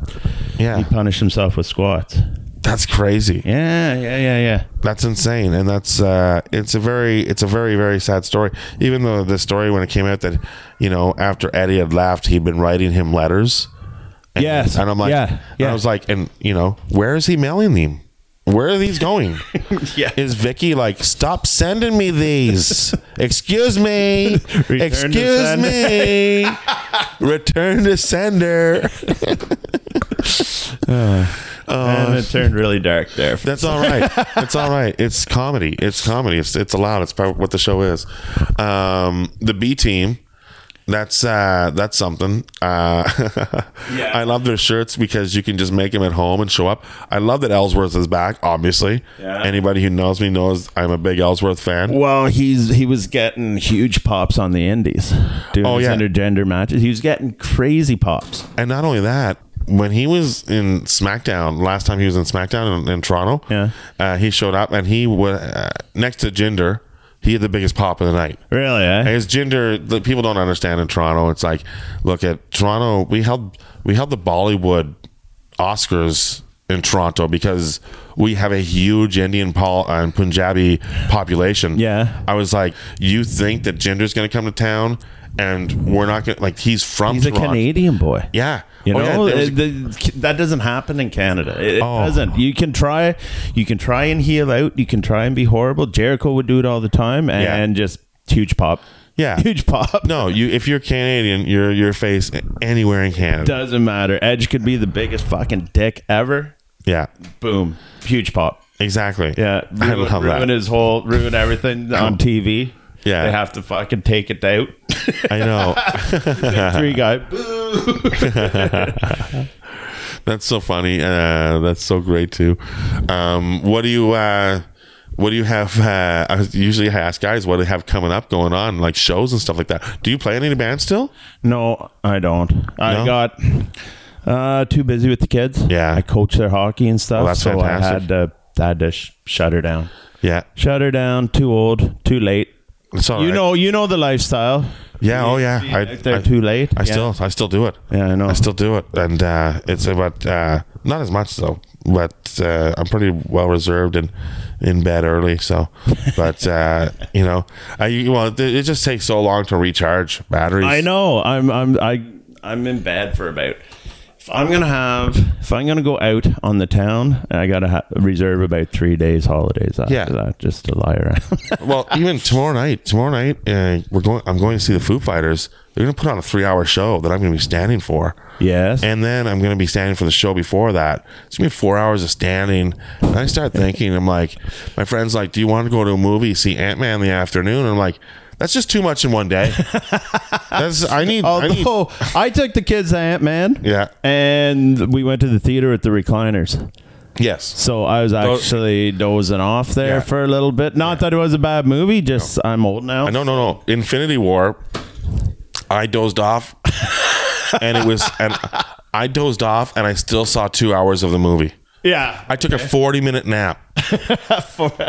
[SPEAKER 1] yeah
[SPEAKER 2] he punished himself with squats.
[SPEAKER 1] that's crazy
[SPEAKER 2] Yeah, yeah, yeah, yeah.
[SPEAKER 1] that's insane and that's uh it's a very it's a very very sad story even though the story when it came out that you know after eddie had left he'd been writing him letters And-
[SPEAKER 2] Yes.
[SPEAKER 1] And I'm like,
[SPEAKER 2] Yeah,
[SPEAKER 1] And
[SPEAKER 2] yeah.
[SPEAKER 1] I was like, and you know, where is he mailing them? Where are these going?
[SPEAKER 2] Yeah.
[SPEAKER 1] Is Vicky like, stop sending me these? Excuse me.
[SPEAKER 2] Return to
[SPEAKER 1] Excuse
[SPEAKER 2] sender.
[SPEAKER 1] me. Return to sender.
[SPEAKER 2] and it turned really dark there.
[SPEAKER 1] That's all right. That's all right. It's comedy. It's comedy. It's it's allowed. It's part of what the show is. Um, the B team. That's uh, that's something. Uh,
[SPEAKER 2] Yeah.
[SPEAKER 1] I love their shirts because you can just make them at home and show up. I love that Ellsworth is back. Obviously,
[SPEAKER 2] Yeah.
[SPEAKER 1] anybody who knows me knows I'm a big Ellsworth fan.
[SPEAKER 2] Well, he's he was getting huge pops on the indies. Doing
[SPEAKER 1] Oh,
[SPEAKER 2] his
[SPEAKER 1] yeah.
[SPEAKER 2] intergender matches. He was getting crazy pops.
[SPEAKER 1] And not only that, when he was in SmackDown last time, he was in SmackDown in, in Toronto.
[SPEAKER 2] Yeah.
[SPEAKER 1] uh, he showed up and he was uh, next to Jinder. He had the biggest pop of the night.
[SPEAKER 2] Really? eh?
[SPEAKER 1] And It's gender that people don't understand in Toronto. It's like, look at Toronto. We held we held the Bollywood Oscars in Toronto because we have a huge Indian Paul and Punjabi population.
[SPEAKER 2] Yeah.
[SPEAKER 1] I was like, you think that gender's going to come to town, and we're not going to like he's from
[SPEAKER 2] He's a
[SPEAKER 1] Toronto.
[SPEAKER 2] Canadian boy.
[SPEAKER 1] Yeah.
[SPEAKER 2] You
[SPEAKER 1] Oh,
[SPEAKER 2] know,
[SPEAKER 1] yeah, there was-
[SPEAKER 2] uh, the- that doesn't happen in Canada. It, it
[SPEAKER 1] Oh.
[SPEAKER 2] doesn't. You can try, you can try and heal out. You can try and be horrible. Jericho would do it all the time, and,
[SPEAKER 1] Yeah.
[SPEAKER 2] and just huge pop.
[SPEAKER 1] Yeah.
[SPEAKER 2] huge pop.
[SPEAKER 1] no, you if you're Canadian, you're your face anywhere in Canada.
[SPEAKER 2] doesn't matter. Edge could be the biggest fucking dick ever.
[SPEAKER 1] Yeah.
[SPEAKER 2] Boom, huge pop.
[SPEAKER 1] Exactly.
[SPEAKER 2] Yeah, ruin,
[SPEAKER 1] I love
[SPEAKER 2] ruin
[SPEAKER 1] that.
[SPEAKER 2] his whole ruin everything on TV.
[SPEAKER 1] Yeah.
[SPEAKER 2] they have to fucking take it out.
[SPEAKER 1] I know.
[SPEAKER 2] Three guy. Boo.
[SPEAKER 1] That's so funny. Uh, that's so great too. Um, what do you uh, What do you have? Uh, I usually ask guys what they have coming up, going on, like shows and stuff like that. Do you play in any bands still?
[SPEAKER 2] No, I don't. I
[SPEAKER 1] No?
[SPEAKER 2] got uh, too busy with the kids.
[SPEAKER 1] Yeah.
[SPEAKER 2] I coach their hockey and stuff.
[SPEAKER 1] Well, that's
[SPEAKER 2] so I had
[SPEAKER 1] fantastic.
[SPEAKER 2] to I had to sh- shut her down.
[SPEAKER 1] Yeah,
[SPEAKER 2] Shut her down. Too old. Too late.
[SPEAKER 1] it's all
[SPEAKER 2] you
[SPEAKER 1] right.
[SPEAKER 2] know. You know the lifestyle.
[SPEAKER 1] Yeah, oh yeah.
[SPEAKER 2] Being
[SPEAKER 1] I,
[SPEAKER 2] out there
[SPEAKER 1] I,
[SPEAKER 2] too late.
[SPEAKER 1] I still, I still do it.
[SPEAKER 2] Yeah, I know.
[SPEAKER 1] I still do it, and uh, it's about uh, not as much though. But uh, I'm pretty well reserved and in bed early. So, but uh, you know, I well, it, it just takes so long to recharge batteries.
[SPEAKER 2] I know. I'm I'm I I'm in bed for about. If I'm gonna have, if I'm gonna go out on the town, I gotta ha- reserve about three days holidays after
[SPEAKER 1] Yeah.
[SPEAKER 2] that just to lie around.
[SPEAKER 1] well, even tomorrow night, tomorrow night, uh, we're going. I'm going to see the Foo Fighters. They're going to put on a three-hour show that I'm going to be standing for,
[SPEAKER 2] yes.
[SPEAKER 1] and then I'm going to be standing for the show before that. It's going to be four hours of standing. And I start thinking, I'm like, my friend's like, "Do you want to go to a movie, see Ant Man in the afternoon?" And I'm like, that's just too much in one day. that's I need. I need
[SPEAKER 2] Although Oh, I, took the kids to Ant Man.
[SPEAKER 1] Yeah.
[SPEAKER 2] And we went to the theater at the recliners.
[SPEAKER 1] yes.
[SPEAKER 2] So I was actually dozing off there
[SPEAKER 1] Yeah.
[SPEAKER 2] for a little bit. Not that it was a bad movie, just I'm old now.
[SPEAKER 1] No, no, no. Infinity War. I dozed off and it was and I dozed off, and I still saw two hours of the movie.
[SPEAKER 2] Yeah.
[SPEAKER 1] I took a forty-minute nap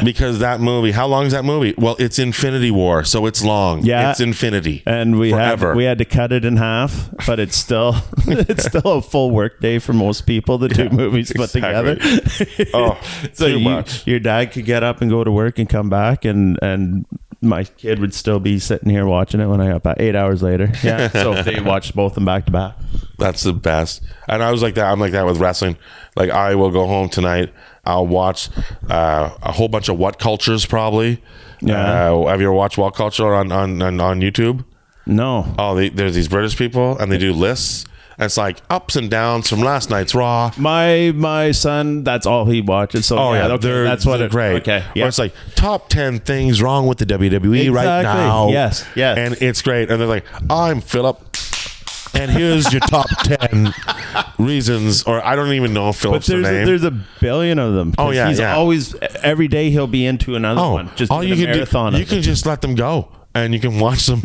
[SPEAKER 1] because that movie. How long is that movie? Well, it's Infinity War, so it's long.
[SPEAKER 2] Yeah.
[SPEAKER 1] it's Infinity,
[SPEAKER 2] and we
[SPEAKER 1] forever.
[SPEAKER 2] had we had to cut it in half, but it's still it's still a full work day for most people to do movies put
[SPEAKER 1] exactly.
[SPEAKER 2] together.
[SPEAKER 1] Oh,
[SPEAKER 2] so
[SPEAKER 1] too
[SPEAKER 2] you-
[SPEAKER 1] much.
[SPEAKER 2] your dad could get up and go to work and come back, and and my kid would still be sitting here watching it when I got back eight hours later. Yeah, so they watched both of them back to back.
[SPEAKER 1] That's the best. And I was like that. I'm like that with wrestling. Like I will go home tonight. I'll watch uh, a whole bunch of what cultures probably.
[SPEAKER 2] Yeah.
[SPEAKER 1] Uh, have you ever watched what culture on on on, on YouTube?
[SPEAKER 2] No,
[SPEAKER 1] Oh, they, there's these British people and they do lists. And it's like ups and downs from last night's Raw.
[SPEAKER 2] my my son, that's all he watches. So
[SPEAKER 1] Oh yeah,
[SPEAKER 2] okay,
[SPEAKER 1] they're,
[SPEAKER 2] that's what
[SPEAKER 1] they're
[SPEAKER 2] it,
[SPEAKER 1] great.
[SPEAKER 2] Okay,
[SPEAKER 1] Or it's like top ten things wrong with the WWE right
[SPEAKER 2] Exactly.
[SPEAKER 1] now.
[SPEAKER 2] Yes, yes.
[SPEAKER 1] and it's great. And they're like, I'm Philip, and here's your top ten reasons. Or I don't even know if
[SPEAKER 2] But
[SPEAKER 1] Philip's the
[SPEAKER 2] there's
[SPEAKER 1] name.
[SPEAKER 2] a, there's a billion of them. 'cause
[SPEAKER 1] Oh, yeah,
[SPEAKER 2] he's
[SPEAKER 1] yeah.
[SPEAKER 2] always every day he'll be into another
[SPEAKER 1] oh,
[SPEAKER 2] one. Just
[SPEAKER 1] all you can
[SPEAKER 2] marathon
[SPEAKER 1] do,
[SPEAKER 2] of
[SPEAKER 1] you can just let them go, and you can watch them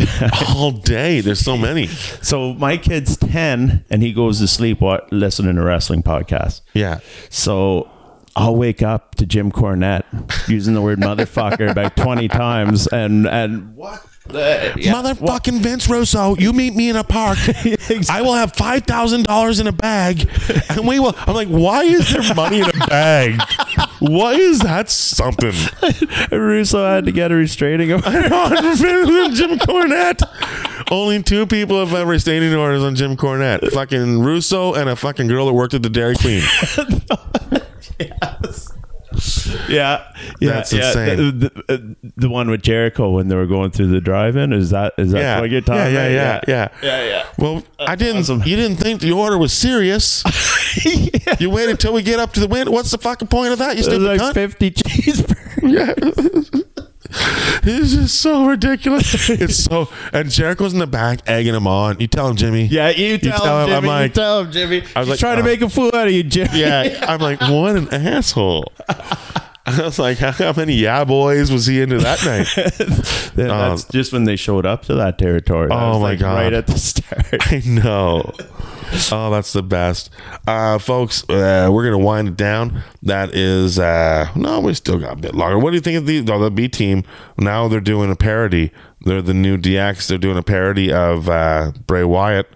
[SPEAKER 1] all day. There's so many.
[SPEAKER 2] them. So my kid's ten and he goes to sleep wa- listening to wrestling podcasts.
[SPEAKER 1] Yeah,
[SPEAKER 2] So I'll wake up to Jim Cornette using the word motherfucker about twenty times and and what the
[SPEAKER 1] motherfucking Vince Russo, you meet me in a park. I will have five thousand dollars in a bag, and we will. I'm like, why is there money in a bag? Why is that something?
[SPEAKER 2] Russo had to get a restraining order.
[SPEAKER 1] on Jim Cornette. Only two people have ever standing orders on Jim Cornette. Fucking Russo and a fucking girl that worked at the Dairy Queen.
[SPEAKER 2] Yeah, yeah,
[SPEAKER 1] That's
[SPEAKER 2] yeah.
[SPEAKER 1] insane.
[SPEAKER 2] The, the, the one with Jericho when they were going through the drive-in is that is that
[SPEAKER 1] Yeah.
[SPEAKER 2] what you're talking
[SPEAKER 1] yeah, yeah,
[SPEAKER 2] about?
[SPEAKER 1] yeah, yeah,
[SPEAKER 2] yeah, yeah.
[SPEAKER 1] Well, I didn't.
[SPEAKER 2] awesome.
[SPEAKER 1] You didn't think the order was serious. You waited till we get up to the wind. What's the fucking point of that? You
[SPEAKER 2] It
[SPEAKER 1] stupid
[SPEAKER 2] was like
[SPEAKER 1] cunt.
[SPEAKER 2] 50 cheeseburgers.
[SPEAKER 1] Yeah. This is so ridiculous. It's so and Jericho's in the back egging him on. You tell him, Jimmy.
[SPEAKER 2] Yeah, you tell,
[SPEAKER 1] tell
[SPEAKER 2] him,
[SPEAKER 1] him, I'm
[SPEAKER 2] Jimmy.
[SPEAKER 1] like-
[SPEAKER 2] you tell him, Jimmy.
[SPEAKER 1] I was
[SPEAKER 2] He's
[SPEAKER 1] like,
[SPEAKER 2] trying to
[SPEAKER 1] uh,
[SPEAKER 2] make a fool out of you, Jimmy.
[SPEAKER 1] Yeah. I'm like, what an asshole. I was like, how, how many yeah boys was he into that night?
[SPEAKER 2] Then that's just when they showed up to that territory. That
[SPEAKER 1] Um, Oh
[SPEAKER 2] was,
[SPEAKER 1] my
[SPEAKER 2] like,
[SPEAKER 1] God.
[SPEAKER 2] Right at the start.
[SPEAKER 1] I know. Oh, that's the best. Uh, folks, uh, we're going to wind it down. That is, uh, no, we still got a bit longer. What do you think of the, oh, the B team? Now they're doing a parody. They're the new DX. They're doing a parody of uh, Bray Wyatt.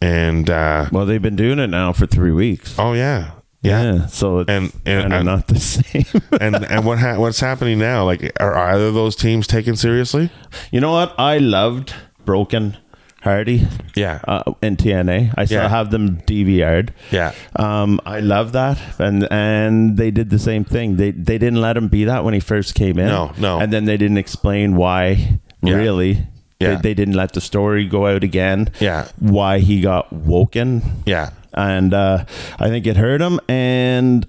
[SPEAKER 1] And, uh,
[SPEAKER 2] Well, they've been doing it now for three weeks.
[SPEAKER 1] oh, yeah. Yeah.
[SPEAKER 2] so it's
[SPEAKER 1] And- and-
[SPEAKER 2] and, kind of
[SPEAKER 1] and-
[SPEAKER 2] not the same.
[SPEAKER 1] and and what ha- what's happening now? Like, are either of those teams taken seriously?
[SPEAKER 2] you know what? I loved Broken Hardy.
[SPEAKER 1] Yeah.
[SPEAKER 2] Uh, in TNA, I still
[SPEAKER 1] Yeah.
[SPEAKER 2] have them DVR'd.
[SPEAKER 1] Yeah.
[SPEAKER 2] um, I love that, and and they did the same thing. They they didn't let him be that when he first came in.
[SPEAKER 1] No, no.
[SPEAKER 2] and then they didn't explain why.
[SPEAKER 1] Yeah.
[SPEAKER 2] Really,
[SPEAKER 1] Yeah.
[SPEAKER 2] They, they didn't let the story go out again.
[SPEAKER 1] Yeah.
[SPEAKER 2] why he got woken
[SPEAKER 1] Yeah.
[SPEAKER 2] and uh, I think it hurt him. And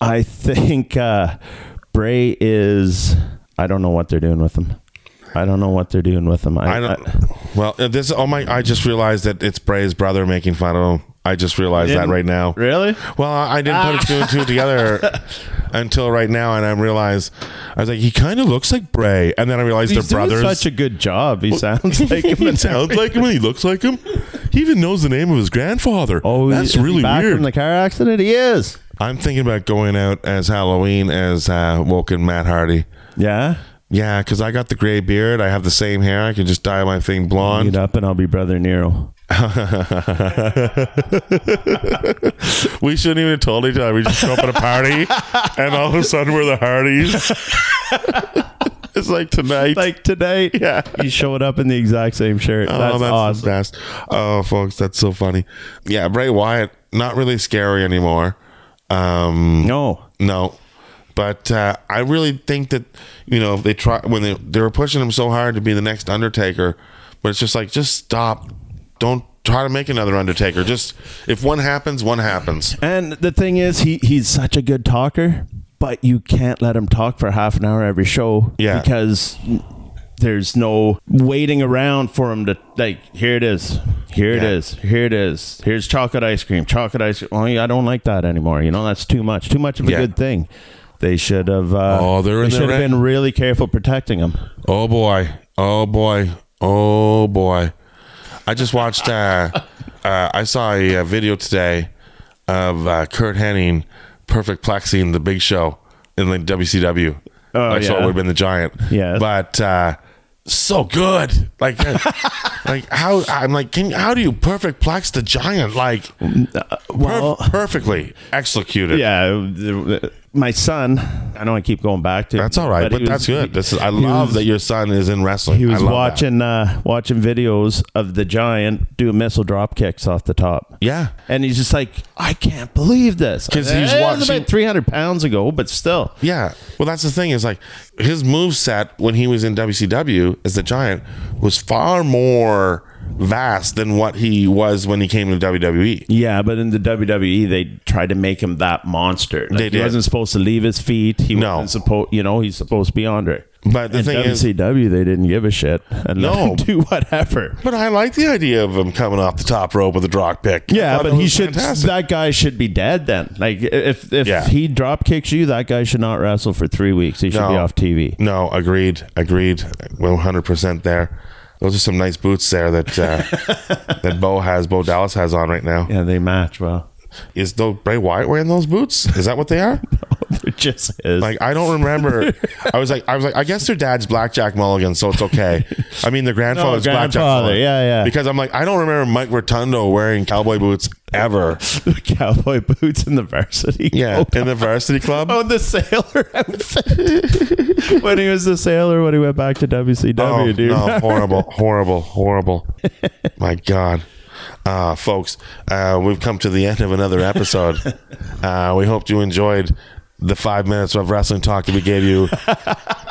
[SPEAKER 2] I think uh, Bray is. I don't know what they're doing with him. I don't know what they're doing with him. I,
[SPEAKER 1] I don't. well, uh, this. Oh my! I just realized that it's Bray's brother making fun of him. I just realized that
[SPEAKER 2] Didn't-
[SPEAKER 1] right now.
[SPEAKER 2] really. Ah.
[SPEAKER 1] Well, I I didn't put two and two together until right now, and I realized I was like, he kind of looks like Bray, and then I realized
[SPEAKER 2] He's
[SPEAKER 1] they're
[SPEAKER 2] doing
[SPEAKER 1] brothers.
[SPEAKER 2] such a good job. He sounds like him.
[SPEAKER 1] he sounds like him, and he looks like him. He even knows the name of his grandfather. Oh, that's
[SPEAKER 2] is he
[SPEAKER 1] really
[SPEAKER 2] back
[SPEAKER 1] weird.
[SPEAKER 2] From the car accident, he is.
[SPEAKER 1] I'm thinking about going out as Halloween as uh, Woken Matt Hardy.
[SPEAKER 2] Yeah.
[SPEAKER 1] Yeah, because I got the gray beard. I have the same hair. I can just dye my thing
[SPEAKER 2] Get
[SPEAKER 1] blonde.
[SPEAKER 2] up and I'll be brother Nero.
[SPEAKER 1] We shouldn't even have told each other. We just show up at a party, and all of a sudden we're the Hardys. it's like tonight.
[SPEAKER 2] Like today,
[SPEAKER 1] Yeah.
[SPEAKER 2] he showed up in the exact same shirt.
[SPEAKER 1] oh,
[SPEAKER 2] that's,
[SPEAKER 1] that's,
[SPEAKER 2] awesome.
[SPEAKER 1] the best. Oh, folks, that's so funny. Yeah, Bray Wyatt, not really scary anymore. Um,
[SPEAKER 2] No,
[SPEAKER 1] No. But uh, I really think that you know they try when they they were pushing him so hard to be the next Undertaker, but it's just like just stop, don't try to make another Undertaker. Just if one happens, one happens.
[SPEAKER 2] And the thing is, he he's such a good talker, but you can't let him talk for half an hour every show.
[SPEAKER 1] Yeah.
[SPEAKER 2] Because there's no waiting around for him to like. Here it is. Here it
[SPEAKER 1] Yeah.
[SPEAKER 2] is. Here it is. Here's chocolate ice cream. Chocolate ice. cream. Oh, yeah, I don't like that anymore. You know, that's too much. Too much of a
[SPEAKER 1] Yeah.
[SPEAKER 2] good thing. They should have. Uh,
[SPEAKER 1] Oh, they're in
[SPEAKER 2] they
[SPEAKER 1] the
[SPEAKER 2] should have
[SPEAKER 1] red-
[SPEAKER 2] been really careful protecting him.
[SPEAKER 1] Oh boy, oh boy, oh boy. I just watched. Uh, uh, I saw a, uh video today of uh, Kurt Henning perfect plexing the Big Show in the WCW.
[SPEAKER 2] Oh,
[SPEAKER 1] like, so it would
[SPEAKER 2] yeah.
[SPEAKER 1] have been the Giant.
[SPEAKER 2] Yes.
[SPEAKER 1] but uh, so good. Like, uh, like how I'm like, can, how do you perfect plex the Giant? Like, per-
[SPEAKER 2] well-
[SPEAKER 1] perfectly executed.
[SPEAKER 2] Yeah, the- my son. I know I keep going back to.
[SPEAKER 1] That's all right, but,
[SPEAKER 2] he was-
[SPEAKER 1] that's good. This is, I
[SPEAKER 2] he
[SPEAKER 1] love
[SPEAKER 2] was-
[SPEAKER 1] that your son is in wrestling.
[SPEAKER 2] He
[SPEAKER 1] I
[SPEAKER 2] was
[SPEAKER 1] love that.
[SPEAKER 2] watching uh, watching videos of the giant do missile drop kicks off the top.
[SPEAKER 1] Yeah.
[SPEAKER 2] and he's just like, I can't believe this
[SPEAKER 1] 'Cause
[SPEAKER 2] It
[SPEAKER 1] he's
[SPEAKER 2] was
[SPEAKER 1] watching-
[SPEAKER 2] about three hundred pounds ago, but still.
[SPEAKER 1] Yeah. Well, that's the thing is like his move set when he was in WCW as the Giant was far more vast than what he was when he came to E. WWE.
[SPEAKER 2] Yeah, but in the WWE, they tried to make him that monster. Like,
[SPEAKER 1] They
[SPEAKER 2] he
[SPEAKER 1] did.
[SPEAKER 2] wasn't supposed to leave his feet. He
[SPEAKER 1] No.
[SPEAKER 2] wasn't supposed, you know, he's supposed to be under.
[SPEAKER 1] But the
[SPEAKER 2] in
[SPEAKER 1] thing is-
[SPEAKER 2] WCW, they didn't give a shit and let
[SPEAKER 1] No.
[SPEAKER 2] him do whatever.
[SPEAKER 1] But I like the idea of him coming off the top rope with a drop pick. I
[SPEAKER 2] Yeah,
[SPEAKER 1] thought
[SPEAKER 2] but
[SPEAKER 1] that
[SPEAKER 2] he
[SPEAKER 1] was
[SPEAKER 2] should.
[SPEAKER 1] fantastic.
[SPEAKER 2] That guy should be dead then. Like if if
[SPEAKER 1] Yeah.
[SPEAKER 2] he drop kicks you, that guy should not wrestle for three weeks. He should be
[SPEAKER 1] No.
[SPEAKER 2] off TV.
[SPEAKER 1] No, agreed, agreed, one hundred percent there. Those are some nice boots there that uh, that Bo has, Bo Dallas has on right now.
[SPEAKER 2] Yeah, they match well.
[SPEAKER 1] Is though Bray Wyatt wearing those boots? Is that what they are?
[SPEAKER 2] It Oh, just is.
[SPEAKER 1] Like I don't remember. I was like, I was like, I guess their dad's Blackjack Mulligan, so it's okay. I mean, their grandfather's Blackjack.
[SPEAKER 2] Oh, grandfather,
[SPEAKER 1] Mulligan.
[SPEAKER 2] yeah, yeah.
[SPEAKER 1] Because I'm like, I don't remember Mike Rotundo wearing cowboy boots ever.
[SPEAKER 2] the cowboy boots in the varsity.
[SPEAKER 1] Yeah,
[SPEAKER 2] coat.
[SPEAKER 1] in the varsity club.
[SPEAKER 2] Oh, the sailor outfit. when he was the sailor, when he went back to WCW,
[SPEAKER 1] Oh,
[SPEAKER 2] dude.
[SPEAKER 1] No, horrible, horrible, horrible. My God. Uh, folks, uh, we've come to the end of another episode. uh, we hope you enjoyed the five minutes of wrestling talk that we gave you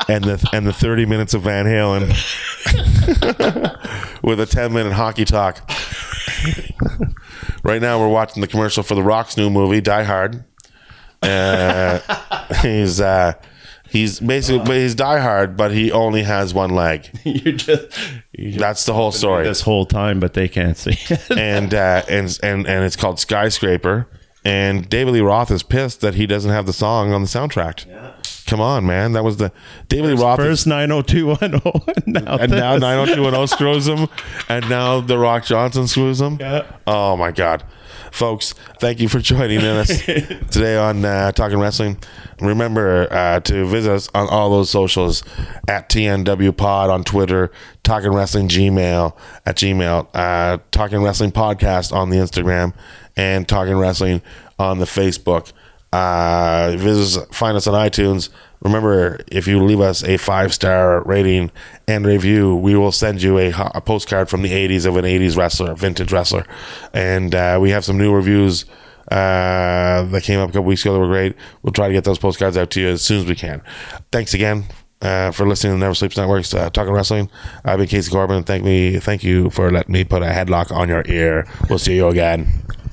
[SPEAKER 1] and the and the 30 minutes of Van Halen with a 10 minute hockey talk. right now, we're watching the commercial for The Rock's new movie, Die Hard. Uh, he's. Uh, He's basically, but he's diehard, but he only has one leg.
[SPEAKER 2] you just
[SPEAKER 1] That's the whole story.
[SPEAKER 2] this whole time, but they can't see. it.
[SPEAKER 1] And uh, and and and it's called Skyscraper. And David Lee Roth is pissed that he doesn't have the song on the soundtrack. Come on, man! That was the David Lee Roth.
[SPEAKER 2] First nine oh two one oh, now
[SPEAKER 1] and now
[SPEAKER 2] this.
[SPEAKER 1] 90210 screws him, and now The Rock Johnson screws him. Oh my God, folks! Thank you for joining us today on uh, Talking Wrestling. Remember uh, to visit us on all those socials at TNW Pod on Twitter, Talking Wrestling Gmail at Gmail, uh, Talking Wrestling Podcast on the Instagram, and Talking Wrestling on the Facebook. Uh, visit us, find us on iTunes. Remember, if you leave us a five star rating and review, we will send you a, ho- a postcard from the 80s of an 80s wrestler, a vintage wrestler. And uh, we have some new reviews uh, that came up a couple weeks ago that were great. We'll try to get those postcards out to you as soon as we can. Thanks again. Uh, for listening to Never Sleeps Networks uh, talking wrestling, I've been Casey Corbin. Thank me, thank you for letting me put a headlock on your ear. We'll see you again.